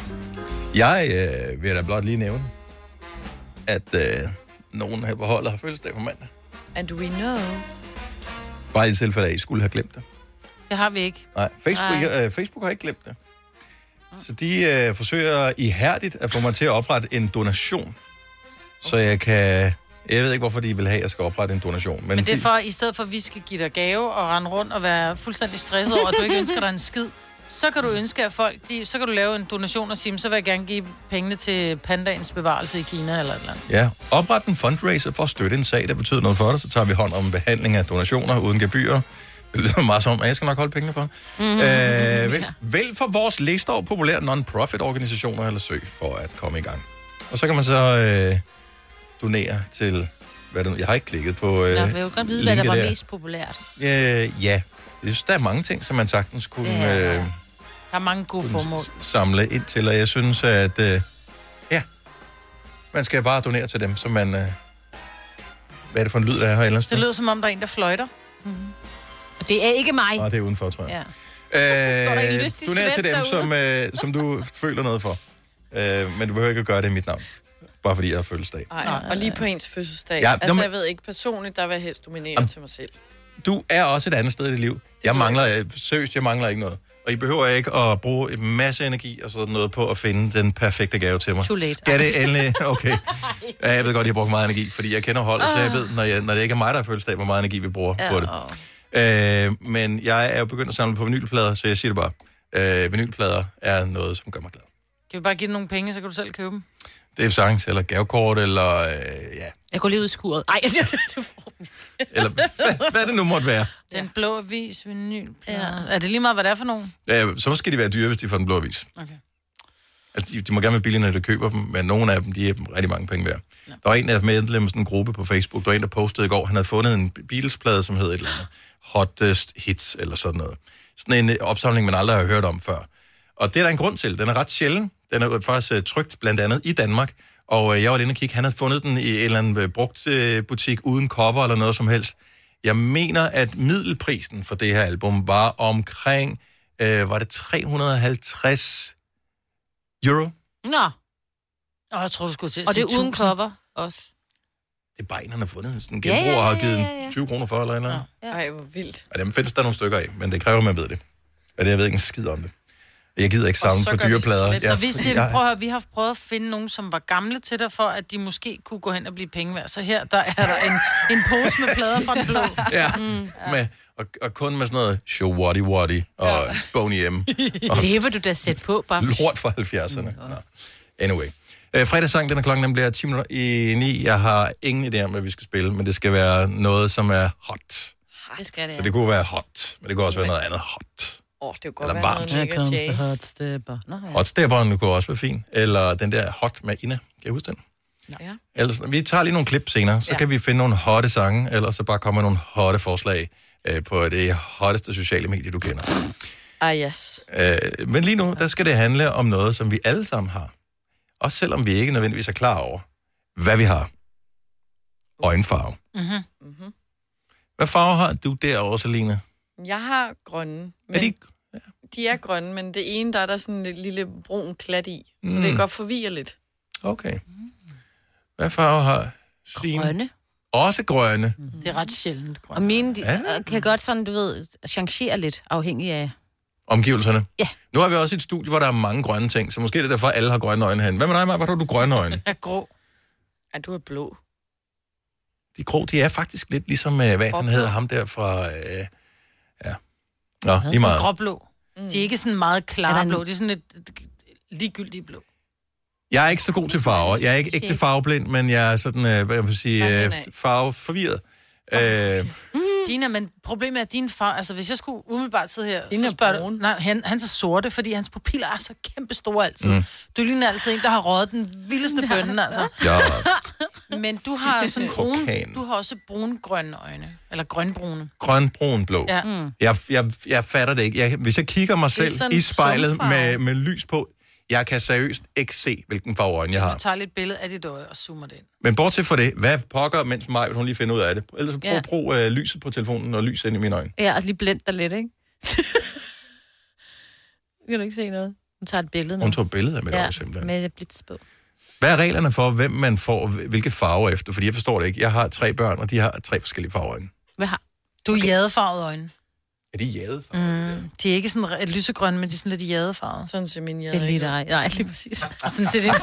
Jeg øh, vil da blot lige nævne, at øh, nogen her på holdet har fødselsdag på mandag.
And we know.
Bare i tilfælde af, at I skulle have glemt det.
Det har vi ikke.
Nej, Facebook,
Nej.
Øh, Facebook har ikke glemt det. Så de øh, forsøger ihærdigt at få mig til at oprette en donation. Så jeg kan... Jeg ved ikke, hvorfor de vil have, at jeg skal oprette en donation. Men,
Men det er
de-
for, i stedet for, at vi skal give dig gave og rende rundt og være fuldstændig stresset over, at du ikke ønsker dig en skid, så kan du ønske, at folk, de, så kan du lave en donation og sige, "Men så vil jeg gerne give pengene til pandaens bevarelse i Kina eller et eller andet.
Ja, opret en fundraiser for at støtte en sag, der betyder noget for dig. Så tager vi hånd om behandling af donationer uden gebyrer. Det lyder meget som, at jeg skal nok holde pengene for. Mm-hmm. Øh, vælg, vælg for vores liste over populære non-profit organisationer eller søg for at komme i gang. Og så kan man så øh, donere til... Hvad det, nu- jeg har ikke klikket på...
Jeg vil jo godt vide, hvad der
linket
var mest populært.
Øh, ja, jeg synes, der er mange ting, som man sagtens kunne...
Det er
øh,
Der er mange gode formål.
samle ind til, og jeg synes, at øh, ja, man skal bare donere til dem, så man... Øh, hvad er det for en lyd, der er her ellers?
Det lyder som om, der er en, der fløjter.
Mhm. Og det er ikke mig.
Nej, det er udenfor, tror jeg.
Ja. Går der en
Øh,
lystig
donere til
svend
dem,
derude?
som, øh, som du føler noget for. Øh, men du behøver ikke at gøre det i mit navn. Bare fordi jeg har fødselsdag.
Ej, og lige
øh,
på ens fødselsdag.
Ja,
Ja,
nå,
altså,
men-
jeg ved ikke, personligt, der vil jeg helst dominere
Jamen.
til mig selv.
Du er også et andet sted i dit liv. Jeg mangler, øh, seriøst, jeg mangler ikke noget. Og I behøver ikke at bruge en masse energi og sådan noget på at finde den perfekte gave til mig.
Too late.
Skal det endelig? Okay. Ja, jeg ved godt, jeg har brugt meget energi, fordi jeg kender holdet,
Ah.
så jeg ved, når, jeg, når det ikke er mig, der har fødselsdag, hvor meget energi vi bruger på det. Øh, men jeg er jo begyndt at samle på vinylplader, så jeg siger det bare. Øh, vinylplader er noget, som gør mig glad.
Kan vi bare give dig nogle penge, så kan du selv købe dem?
Det er sagtens, eller gavekort, eller, øh, ja,
Jeg går lige ud i skuret. Ej, du får den.
eller hvad, hvad det nu måtte være.
Den blå avis, vinyl. Ja. Er det lige meget, hvad det er for nogen?
Øh, så skal de være dyre, hvis de får den blå avis.
Okay.
Altså, de, de må gerne være billige, når de køber dem, men nogle af dem, de er dem rigtig mange penge værd. Ja. Der var en af medlemmerne sådan en gruppe på Facebook, der var en, der postede i går, han havde fundet en Beatles-plade, som hed et eller andet. Hottest Hits, eller sådan noget. Sådan en øh, opsamling, man aldrig har hørt om før. Og det er der en grund til. Den er ret sjælden. Den er jo faktisk øh, trygt blandt andet i Danmark. Og øh, jeg var lige inde og kigge, han havde fundet den i en eller anden øh, brugt øh, butik uden kopper eller noget som helst. Jeg mener, at middelprisen for det her album var omkring, øh, var det 350 euro?
Nå,
Åh, jeg tror, du skulle til at
og det
sige
er uden
1000.
cover også.
det er bare en, han har fundet sådan en
Ja, ja,
genbrug ja, ja, ja, og har givet
ja, ja,
den 20 kroner for, eller eller ja.
Ja. Ej, hvor vildt.
Og dem findes der nogle stykker af, men det kræver, at man ved det. Og det, jeg ved ikke en skid om det. Jeg gider ikke
Og
samle
så
på
gør vi
dyreplader.
slet-
Ja,
Så vi
fordi
siger,
jeg-
prøv at høre, vi har prøvet at finde nogen, som var gamle til dig, for at de måske kunne gå hen og blive penge værd. Så her, der er der en, en pose med plader fra den blå.
Ja, med, og, og kun med sådan noget show whatty whatty og ja. Boney M. Og
Det vil du da sætte på, bare. Mm,
lort fra 70'erne. Nå. Anyway. Øh, fredagssang, den er klokken, den bliver 10 minutter i 9. Jeg har ingen idé om, hvad vi skal spille, men det skal være noget, som er hot.
Det skal det,
Så det kunne være hot, men det kunne også være noget andet hot.
Åh, oh, det er godt
Eller varmt.
Noget, Nick og Jay.
hot stepper. Nå, ja.
Hotstepperen kunne også være fin. Eller den der hot med Ina. Kan I huske den?
Ja.
Ellers, vi tager lige nogle klip senere, så ja.
Ja.
kan vi finde nogle hotte sange, eller så bare komme med nogle hotte forslag øh, på det hotteste sociale medie, du kender.
Ah, yes.
Øh, men lige nu, der skal det handle om noget, som vi alle sammen har. Også selvom vi ikke nødvendigvis er klar over, hvad vi har. Øjenfarve.
Mm-hmm.
Hvad farve har du derovre, Selina?
Jeg har grønne. Men
Er de...
de er grønne, men det ene, der er der sådan en lille brun klat i. Så det
Mm.
kan godt forvirre lidt.
Okay. Hvad farve har Signe?
Grønne.
Også grønne.
Det er ret sjældent.
Og mine de,
Ja.
ja. kan godt sådan, du ved, changere lidt, afhængig af...
Omgivelserne.
Ja.
Nu har vi også et studie, hvor der er mange grønne ting, så måske er det derfor, alle har grønne øjne herinde. Hvad med dig, Maja? Hvor har du grønne øjne?
Er grå.
Ja, du er blå.
De grå, de er faktisk lidt ligesom, øh, hvad han hedder ham der fra... Øh, ja. Nå, lige meget.
Gråblå. De Mm. er ikke sådan meget
Er der
klare
en-
blå. De er sådan lidt ligegyldige blå.
Jeg er ikke så god til farver. Jeg er ikke ægte farveblind, men jeg er sådan, øh, hvad jeg vil sige, øh, farveforvirret. Øh,
Mm. Dina, men problemet er, at din far... Altså, hvis jeg skulle umiddelbart sidde her, Dina så spørger du... Nej, han, han er så sorte, fordi hans pupiller er så kæmpe store altid.
Mm.
Mm. Du ligner altid en, der har røget den vildeste bønne, altså.
Ja.
Men du har sådan brune...
Kokain.
Du har også brune-grønne øjne. Eller grønbrune.
grøn, brun, blå.
Ja. Mm.
Jeg, jeg, jeg fatter det ikke. Jeg, hvis jeg kigger mig
Det er
selv
sådan
i spejlet
solfarve.
med, med lys på, jeg kan seriøst ikke se, hvilken farve øjne jeg
Du
har.
tager lidt billede af dit øje og zoomer det ind.
Men bortset fra det, hvad pokker, mens mig vil hun lige finde ud af det. Ellers så prøv
Ja.
at bruge øh, lyset på telefonen og lys ind i mine øjne.
Ja, og lige blend dig lidt, ikke? kan du ikke se noget? Hun tager et billede nu.
Hun tog et billede af mit
ja,
øje, simpelthen.
med et blitz på.
Hvad er reglerne for, hvem man får hvilke farver efter? Fordi jeg forstår det ikke. Jeg har tre børn, og de har tre forskellige farveøjne.
Hvad har?
Du er okay. jadefarvede øjne.
Er de jade?
Mm, de er ikke sådan re- lysegrønne, men de er sådan lidt jadefarvede. Sådan ser min jade.
Det er lige dig. Nej, lige præcis.
Og sådan ser det.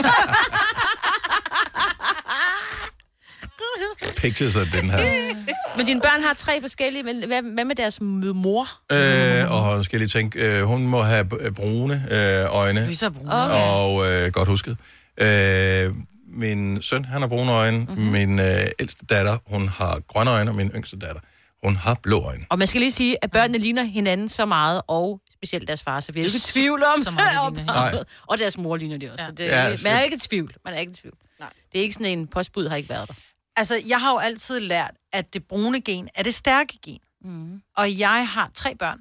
Pictures af den her.
Men dine børn har tre forskellige, men hvad, hvad med deres m- mor?
Øh, og nu skal jeg lige tænke, øh, hun må have b- brune øh, øjne.
Louise har brune. Okay.
Og øh, godt husket. Øh, min søn, han har brune øjne.
Mhm.
Mm-hmm. Min øh, ældste datter, hun har grønne øjne. Og min yngste datter, hun har blå øjne.
Og man skal lige sige, at børnene ligner hinanden så meget, og specielt deres far, så vi er jo ikke i tvivl om, så
Nej.
meget og deres mor ligner de også. Ja. Så det,
Ja,
ja,
så-
man er ikke i tvivl. Man er ikke i tvivl. Nej. Det er ikke sådan en postbud har ikke været der.
Altså, jeg har jo altid lært, at det brune gen er det stærke gen.
Mm.
Og jeg har tre børn,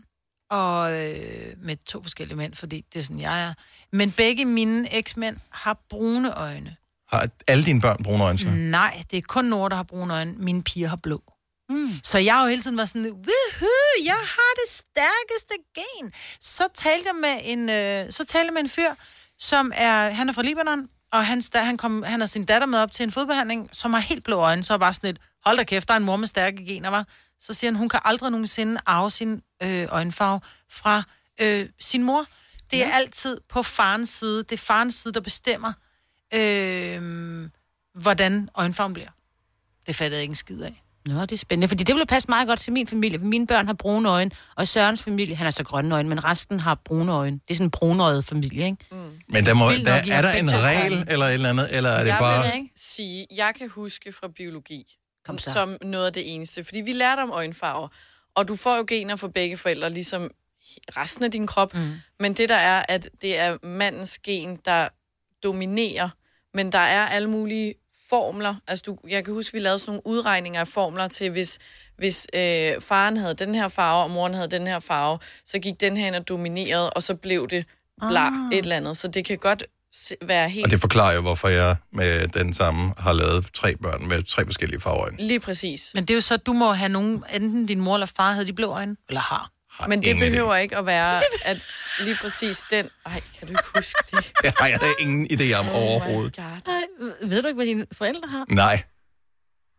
og øh, med to forskellige mænd, fordi det er sådan, jeg er. Men begge mine eksmænd har brune øjne.
Har alle dine børn brune øjne? Så? Mm.
Nej, det er kun Nora, der har brune øjne. Mine piger har blå. Mm. Så jeg har jo hele tiden været sådan, woohoo, jeg har det stærkeste gen. Så talte jeg med en, øh, så talte jeg med en fyr, som er, han er fra Libanon, og hans, da, han, kom, han har sin datter med op til en fodbehandling, som har helt blå øjne, så er jeg bare sådan et, hold da kæft, der er en mor med stærke gener, var. Så siger han, hun kan aldrig nogensinde arve sin øh, øjenfarve fra øh, sin mor. Det er ja. altid på farens side. Det er farens side, der bestemmer, øh, hvordan øjenfarven bliver. Det fattede jeg ikke en skid af.
Nå, det er spændende, fordi det ville passe meget godt til min familie, for mine børn har brune øjne, og Sørens familie, han har så grønne øjne, men resten har brune øjne. Det er sådan en brunøjet familie, ikke? Mm.
Men der må,
Vildt
der,
nok, I har
er der
begge
en
to
regel
grønne.
eller et eller andet? Eller er det
jeg
bare...
vil ikke sige, jeg kan huske fra biologi
Kom så.
som noget af det eneste. Fordi vi lærte om øjenfarver, og du får jo gener fra begge forældre, ligesom resten af din krop. Mm. Men det der er, at det er mandens gen, der dominerer, men der er alle mulige formler. Altså, du, jeg kan huske, vi lavede sådan nogle udregninger af formler til, hvis, hvis øh, faren havde den her farve, og moren havde den her farve, så gik den her ind og dominerede, og så blev det bla,
Ah.
et eller andet. Så det kan godt se- være helt...
Og det forklarer jo, hvorfor jeg med den samme har lavet tre børn med tre forskellige farveøjne.
Lige præcis.
Men det er jo så, at du må have nogen, enten din mor eller far havde de blå øjne, eller har.
Men det
ingen idé.
behøver ikke at være, at lige præcis den... Ej, kan du ikke huske det?
Det har jeg da ingen idé om
Oh my
oh overhovedet.
Nej, ved du ikke, hvad dine forældre har?
Nej.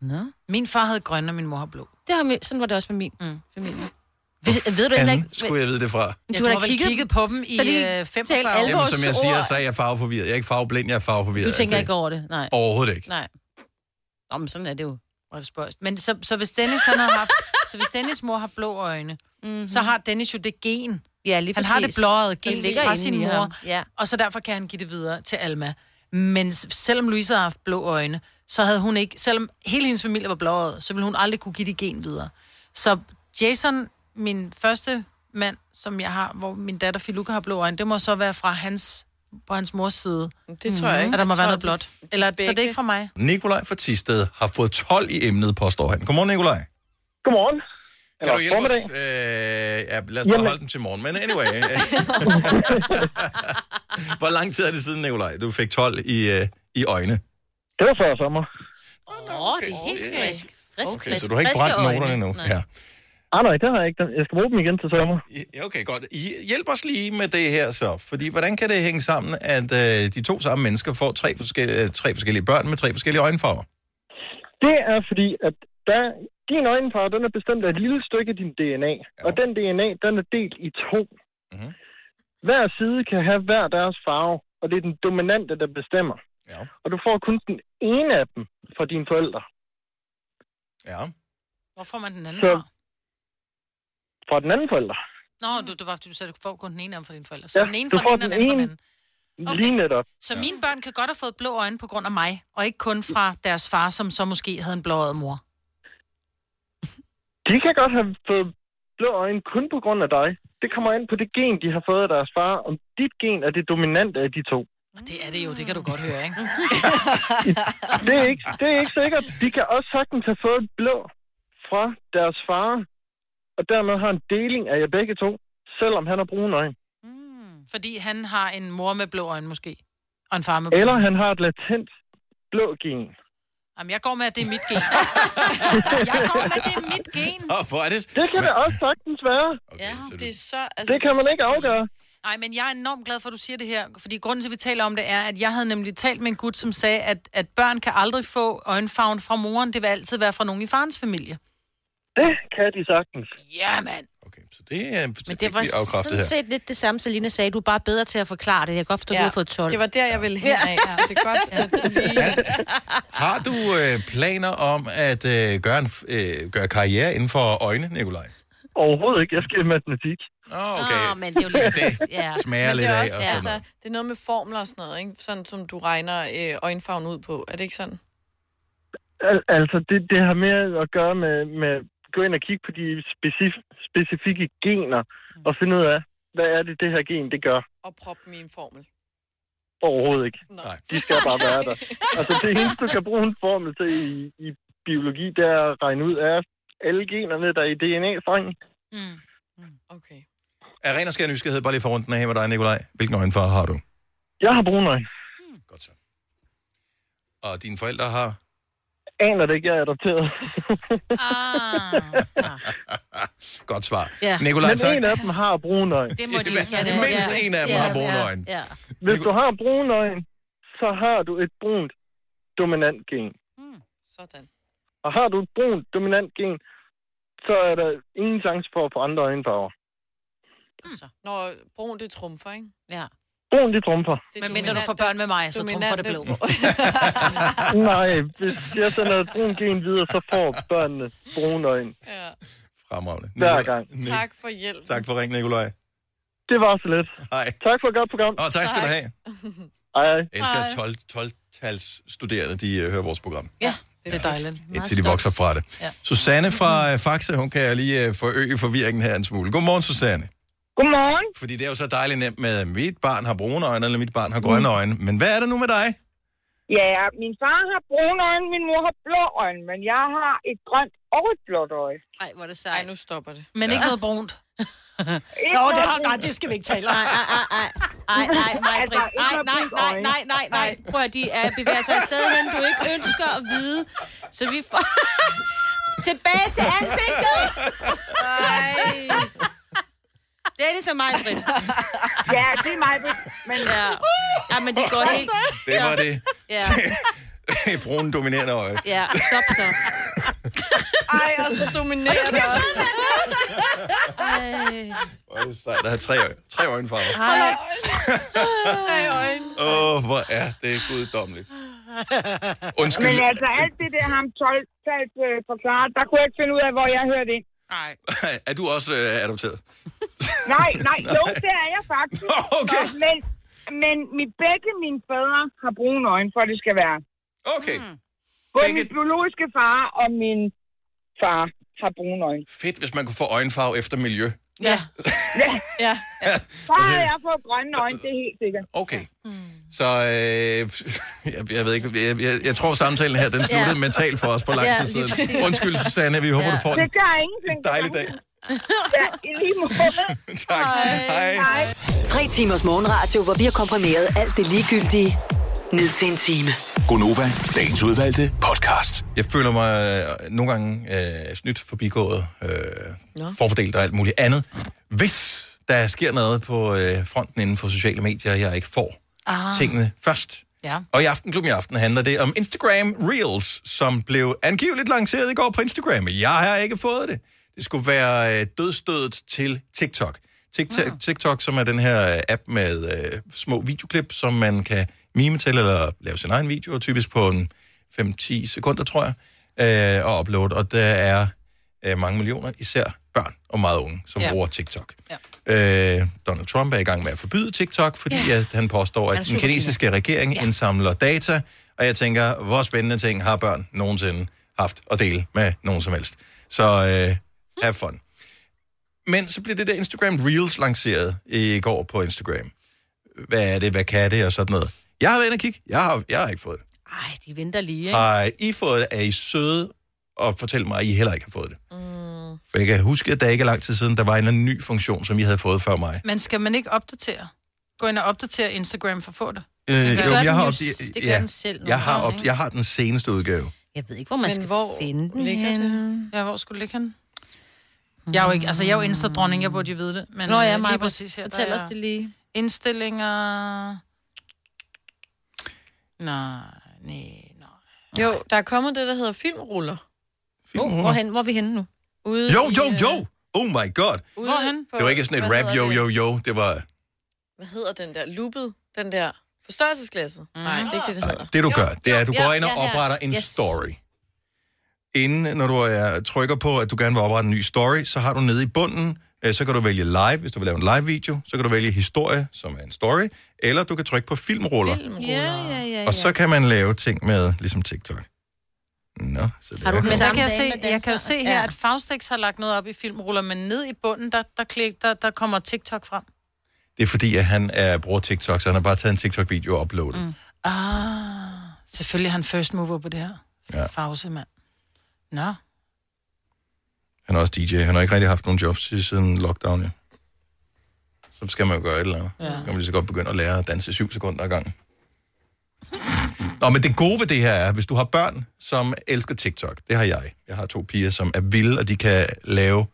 Nå.
Min far havde grønne, og min mor har blå.
Det har min, sådan var det også med min mm. familie. Ved, ved du heller ikke...
Fanden skulle jeg vide det fra?
Ja, du har vel kigget på dem i, øh, 45 år.
Jamen, som jeg siger, så er jeg farveforvirret. Jeg er ikke farveblind, jeg er farveforvirret.
Du tænker
Det-
ikke over det, nej.
Overhovedet ikke.
Nej. Nå, men sådan er det jo.
Hvor er det spøjst. Men så, så hvis Dennis, han har haft, så hvis Dennis mor har blå øjne, mm-hmm. så har Dennis jo det gen.
Mhm. Ja, lige
han har det
præcis.
blåede
Det
gen
ligger
fra
inde
sin
i
mor,
ham, ja.
og så derfor kan han give det videre til Alma. Men s- selvom Louise har haft blå øjne, så havde hun ikke, selvom hele hendes familie var blåøjet, så ville hun aldrig kunne give det gen videre. Så Jason, min første mand, som jeg har, hvor min datter Filuka har blå øjne, det må så være fra hans, på hans mors side.
Det tror jeg ikke.
At der må være
Jeg tror,
noget
de-
blåt.
de
Eller, så det er
begge-
ikke fra mig.
Nikolaj fra Tisted har fået 12 i emnet, påstår han. Godmorgen, Nikolaj.
Godmorgen.
Kan du
Eller
hjælpe os?
formiddag.
Øh, ja, lad os bare
Jamen.
holde den til morgen. Men anyway. øh. Hvor lang tid er det siden, Nikolaj, du fik 12 i, øh, i øjne?
Det var før sommer.
Åh, oh, det er helt frisk. Frisk,
Okay,
frisk,
så du har ikke
friske
brændt
øjne.
noterne endnu.
Nej.
Ja.
Ah, nej, det har jeg ikke. Den- Jeg skal bruge dem igen til sommer.
Ja, Okay, godt. I- Hjælp os lige med det her så, fordi hvordan kan det hænge sammen, at øh, de to samme mennesker får tre forskellige, tre forskellige børn med tre forskellige øjenfarver?
Det er fordi, at der, din øjenfarve, den er bestemt af et lille stykke af din DNA. Og den DNA, den er delt i to.
Mhm.
Hver side kan have hver deres farve, og det er den dominante, der bestemmer.
Ja.
Og du får kun den ene af dem fra dine forældre.
Ja.
Hvor får man den anden
Så
fra?
fra den anden forælder.
Nå, du, det var, fordi du sagde, at du får kun den ene af dem fra dine forældre. Så ja, den ene
du
fra den
får
ene, og den anden fra den anden. Okay.
Lige netop.
Så mine børn kan godt have fået blå øjne på grund af mig, og ikke kun fra deres far, som så måske havde en blåøjet mor.
De kan godt have fået blå øjne kun på grund af dig. Det kommer an på det gen, de har fået af deres far, om dit gen er det dominante af de to.
Og det er det jo, det kan du godt høre, ikke?
Det er ikke, det er ikke sikkert. De kan også sagtens have fået et blå fra deres far, og dermed har en deling af jer begge to, selvom han har brune øjne.
Fordi han har en mor med blå øjne måske. Og en far med blå
Eller
øjne.
han har et latent blå gen.
Jamen, jeg går med, at det er mit gen. jeg går med, at det er mit gen.
Og hvor er det?
Det kan det også sagtens være.
Okay, ja, Altså, det er så...
det kan man ikke afgøre.
Nej, men jeg er enormt glad for, at du siger det her, fordi grunden til, at vi taler om det, er, at jeg havde nemlig talt med en gut, som sagde, at, at børn kan aldrig få øjenfarven fra moren. Det vil altid være fra nogen i farens familie.
Det kan de sagtens.
Ja, mand.
Det er, men
Det var sådan set lidt det samme, Selina sagde. Du er bare bedre til at forklare det. Jeg kan godt forstå, at du
Ja,
har fået 12.
det var der, jeg ville hen af, så det er godt, at
du lige...
Har du øh, planer om at øh, gøre, en, f- øh, gøre karriere inden for øjne, Nikolaj?
Overhovedet ikke. Jeg skal i matematik.
Åh, okay.
Nå, men det er jo lidt-
Det
ja.
smager
Men
lidt
det er
af.
også,
og sådan
altså,
noget.
det er noget med formler og sådan noget, ikke? Sådan som du regner øh, øjenfarven ud på. Er det ikke sådan?
Al- altså, det, det har mere at gøre med, med gå ind og kigge på de specif- specifikke gener, og finde ud af, hvad er det, det her gen, det gør.
Og prop dem i en formel.
Overhovedet ikke. Nej. De skal bare være der. Altså, det eneste, du kan bruge en formel til i, i biologi, det er at regne ud af alle generne, der er i DNA-strengen.
Af ren og skær nysgerrighed, bare lige for runden af med dig, Nikolaj. Hvilken øjenfarve har du?
Jeg har brune øjne.
Og dine forældre har?
Aner det ikke, jeg er adopteret.
Godt svar.
Ja.
Nikolaj,
Men
tak.
en af dem har brune øjne.
Det må de ikke, ja, det må de. Mindst en af dem Ja, har brune ja, øjne.
Ja.
Hvis du har brune øjne, så har du et brunt dominant gen.
Sådan.
Og har du et brunt dominant gen, så er der ingen chance for at få andre øjenfarver.
Mm. Når brun, det trumfer, ikke?
Ja.
Brun, de trumfer.
Det er
Men mindre du
dominant-
får børn med mig, så trumfer det blå.
dominante-
Nej, hvis jeg sender et brunt gen videre, så får børnene brune øjne.
Ja.
Fremragende.
Hver
Nikolaj-
gang.
Ni-
Tak for hjælp.
Tak for ringen, Nikolaj.
Det var så lidt.
Hej.
Tak for et godt program.
Og tak skal du have.
Hej, hej.
Jeg elsker 12, 12-tals studerende, de øh, hører vores program.
Ja, det er dejligt.
Indtil de vokser fra det.
Ja.
Susanne fra øh, Faxe, hun kan lige øh, forøge forvirringen her en smule. Godmorgen, Susanne.
Godmorgen.
Fordi det er jo så dejligt nemt med, at mit barn har brune øjne, eller mit barn har grønne
Mm.
øjne. Men hvad er det nu med dig?
Ja, min far har brune øjne, min mor har blå øjne, men jeg har et grønt og et blåt øje.
Nej, hvor er det sejt. Nej,
nu stopper det.
Men ikke noget brunt.
Ikke
Nå, det
noget
har
brunt.
nej, det skal vi ikke tale om.
Nej, nej, nej. Nej, nej, nej,
Altså, ikke
nej,
noget
nej,
blå
nej,
øje.
nej, nej, nej. Prøv at de er bevæger sig afsted hen, du ikke ønsker at vide. Så vi får... Tilbage til ansigtet! Nej. Det er ligesom mig, Britt.
Ja, det er mig, Britt. Men...
Ja. ja, men det går helt...
Det var det
Ja,
brune dominerende øje.
ja. stop så.
Ej, og så dominerer det også.
Hvor er det sejt, der har tre, øje, tre øjenfarver.
Hej. Tre øjne.
Åh, oh, hvor er det guddommeligt. Undskyld.
Men altså, alt det der, ham 12 talt øh, forklaret, der kunne jeg ikke finde ud af, hvor jeg hørte ind.
Nej.
er du også øh, adopteret?
Nej, nej, jo, det er jeg faktisk.
Okay.
Men, men mit, begge mine fædre har brune øjne, for at det skal være.
Okay.
Mm. Både min biologiske far og min far har brune øjne.
Fedt, hvis man kunne få øjenfarve efter miljø.
Ja. ja.
ja.
Så har jeg fået grønne øjne, det er helt sikkert.
Okay.
Mm.
Så øh, jeg, jeg ved ikke, jeg, jeg, jeg tror samtalen her, den sluttede
Ja.
mentalt for os for lang
Ja,
tid
lige
siden.
præcis.
Undskyld, Susanne, vi håber, du får
Det
en
gør ingenting.
dejlig dag.
Ja, i lige måde.
tak. Hej.
Hej.
Tre timers morgenradio, hvor vi har komprimeret alt det ligegyldige ned til en time.
Gonova, dagens udvalgte podcast.
Jeg føler mig øh, nogle gange øh, snydt forbigået, øh, forfordelt og alt muligt andet. Hvis der sker noget på øh, fronten inden for sociale medier, jeg ikke får
Ah.
tingene først.
Ja.
Og i Aftenklubben i aften handler det om Instagram Reels, som blev angiveligt lanceret i går på Instagram. Jeg har ikke fået det. Det skulle være øh, dødstødet til TikTok. TikTok, TikTok, som er den her øh, app med øh, små videoklip, som man kan mime til eller lave sin egen video, typisk på en 5-10 sekunder, tror jeg, øh, og uploade. Og der er øh, mange millioner, især børn og meget unge, som
Ja.
bruger TikTok. Øh, Donald Trump er i gang med at forbyde TikTok, fordi ja. at han påstår,
Han er
at den
superkina.
kinesiske regering ja. indsamler data, og jeg tænker, hvor spændende ting har børn nogensinde haft at dele med nogen som helst. Så øh, have fun. Men så blev det der Instagram Reels lanceret i går på Instagram. Hvad er det, hvad kan det og sådan noget. Jeg har været inde og kigge. Jeg har, jeg har ikke fået det.
Ej, de venter lige, ikke?
Har I fået det? Er I søde? Og fortæl mig, at I heller ikke har fået det. Mm. For jeg kan huske, at der ikke er lang tid siden, der var en eller anden ny funktion, som I havde fået før mig.
Men skal man ikke opdatere? Gå ind og opdatere Instagram for at få det.
Øh,
Det gør
jo,
den
jeg har
jo
op,
s- det gør
ja,
den selv nogle
jeg har,
gange,
op,
ikke?
jeg har den seneste udgave.
Jeg ved ikke, hvor man
Men
skal
hvor
finde den
ligger det? Ja, hvor skulle det ligge henne? Jeg er jo ikke, altså jeg er jo Insta-dronning, jeg burde jo vide det. Men
Nå ja,
øh,
Maja,
lige præcis her,
fortæl
der
os
er
det lige.
Indstillinger... Nej,
Jo, der er kommet det, der hedder filmruller.
Filmruller? hvorhen?
hvor er vi henne nu?
Ude
Jo,
i,
jo,
øh,
jo! Oh my god!
ude Hvorhen?
Det var ikke sådan et rap, jo, jo, jo. Det var
Hvad hedder den der? Loopet? Den der forstørrelsesglasset? Mm. Nej, det er ikke det, det hedder.
det, du gør. Det er, at du
jo,
går ind og
ja, ja.
opretter en
Yes.
story. Inden, når du er, trykker på, at du gerne vil oprette en ny story, så har du nede i bunden, øh, så kan du vælge live, hvis du vil lave en live-video. Så kan du vælge historie, som er en story. Eller du kan trykke på filmruller. Film.
Ja, ja, ja.
Og så kan man lave ting med, ligesom TikTok. Nå, så det
Har du
er
den
kommet.
Men der kan jeg,
dame
se, jeg kan jo se her, at Faustix har lagt noget op i filmruller, men ned i bunden, der, der, klik, der, der kommer TikTok frem.
Det er fordi, at han er, bruger TikTok, så han har bare taget en TikTok-video og uploadet. Mm.
Ah, selvfølgelig er han first mover på det her. Ja. Fause, mand. Nå.
Han er også DJ. Han har ikke rigtig haft nogen jobs i- siden lockdown, ja. Så skal man jo gøre et eller andet. Ja. Så kan man lige så godt begynde at lære at danse i syv sekunder ad gangen. Nå, men det gode ved det her er, hvis du har børn, som elsker TikTok, det har jeg. Jeg har to piger, som er vilde, og de kan lave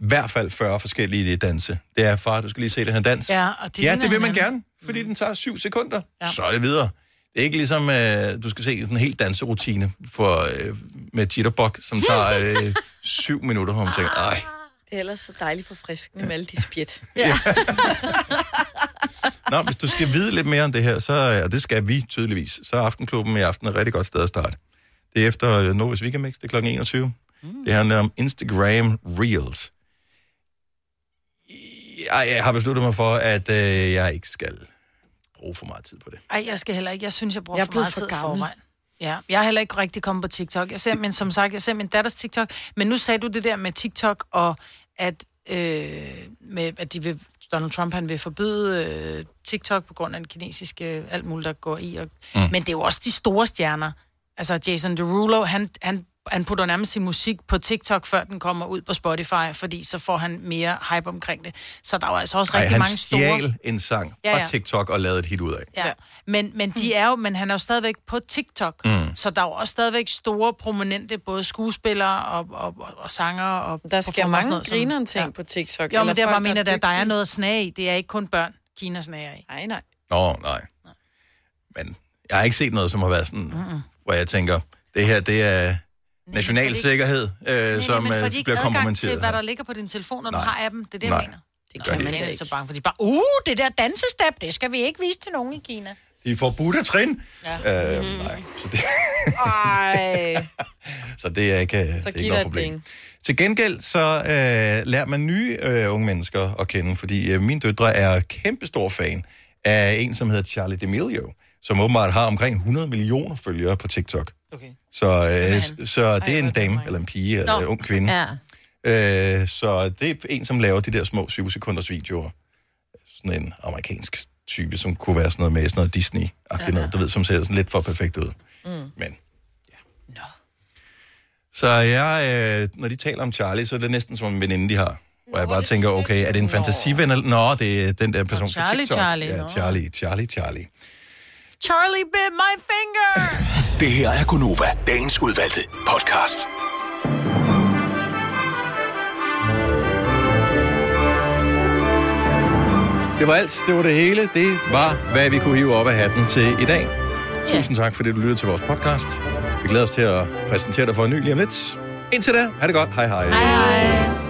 i hvert fald 40 forskellige danse. Det er, far, du skal lige se det her dans.
Ja, og de
ja
ligner
det vil man
hinanden. Mm.
gerne, fordi den tager syv sekunder. Ja. Så er det videre. Det er ikke ligesom, øh, du skal se sådan en helt danserutine for, øh, med jitterbug, som tager øh, syv minutter, hvor man tænker, ej,
Det er ellers så dejligt forfriskende med alle de spjæt.
Nå, hvis du skal vide lidt mere om det her, så, og det skal vi tydeligvis, så er Aftenklubben i aften et rigtig godt sted at starte. Det er efter øh, Novas Weekendmix, det er kl. 21. Mm. Det handler om Instagram Reels. Jeg, jeg har besluttet mig for, at øh, jeg ikke skal bruge for meget tid på det.
Ej, jeg skal heller ikke. Jeg synes, jeg bruger
Jeg er
for
blevet
meget
for
tid i
gammel.
forvejen. Ja, jeg er heller ikke rigtig kommet på TikTok. Jeg ser, men som sagt, jeg ser min datters TikTok. Men nu sagde du det der med TikTok, og at, øh, med, at de vil, Donald Trump han vil forbyde øh, TikTok på grund af den kinesiske øh, alt muligt, der går i. Og, mm. Men det er jo også de store stjerner. Altså Jason Derulo, han, han, han putter nærmest sin musik på TikTok, før den kommer ud på Spotify, fordi så får han mere hype omkring det. Så der er jo altså også
Ej,
rigtig
han
mange store...
stjal en sang
Ja,
fra
ja.
TikTok og lavede et hit ud af.
Ja. Men, men,
Hmm.
de er jo, men han er jo stadigvæk på TikTok,
Mm.
mm. så der er jo også stadigvæk store, prominente både skuespillere og, og, og, og sanger. Og
Der sker
performer og sådan
mange
noget, som-
grineren ting ja. på TikTok.
Jo,
eller
men det jeg bare
folk,
mener, at der er
dygtige.
noget at snage i. Det er ikke kun børn, Kina snager i.
Nej, nej.
Nå, nej. Men jeg har ikke set noget, som har været sådan, mm. hvor jeg tænker, det her, det er national
fordi-
sikkerhed, øh,
Nej,
som
men får
øh,
de ikke
bliver
adgang til,
kompromitteret.
hvad der ligger på din telefon, når
Nej.
du har appen? Det er det, jeg
Nej,
mener.
det
Kan man er så bange, for de bare, uh, det der dansestep, det skal vi ikke vise til nogen i Kina.
De får budt trin. Ja. Øh,
Mm-hmm.
nej. Så det,
Ej.
så det er ikke, øh, det er ikke noget problem. Til gengæld så øh, lærer man nye øh, unge mennesker at kende, fordi øh, min døtre er kæmpestor fan af en, som hedder Charlie D'Amelio, som åbenbart har omkring 100 millioner følgere på TikTok. Okay. Så, øh, s- så det er en dame, eller en pige, eller en ung kvinde.
Ja.
Øh, så det er en, som laver de der små 7 sekunders videoer. Sådan en amerikansk type, som kunne være sådan noget med sådan noget Disney-agtigt ja, noget, du ved, som ser sådan lidt for perfekt ud.
Mm.
Men, ja. Nå. Så jeg, øh, når de taler om Charlie, så er det næsten som en veninde, de har. Hvor jeg bare tænker, okay, er det en fantasiven? eller- Nå, det er den der person fra
Charlie,
TikTok.
Charlie,
ja,
nå.
Charlie, Charlie, Charlie.
Charlie bit my finger!
Det her er Gonova, dagens udvalgte podcast.
Det var alt, det var det hele. Det var, hvad vi kunne hive op af hatten til i dag.
Ja.
Tusind tak, fordi du lyttede til vores podcast. Vi glæder os til at præsentere dig for en ny lige om lidt. Indtil da, ha' det godt. Hej hej.
Hej, hej.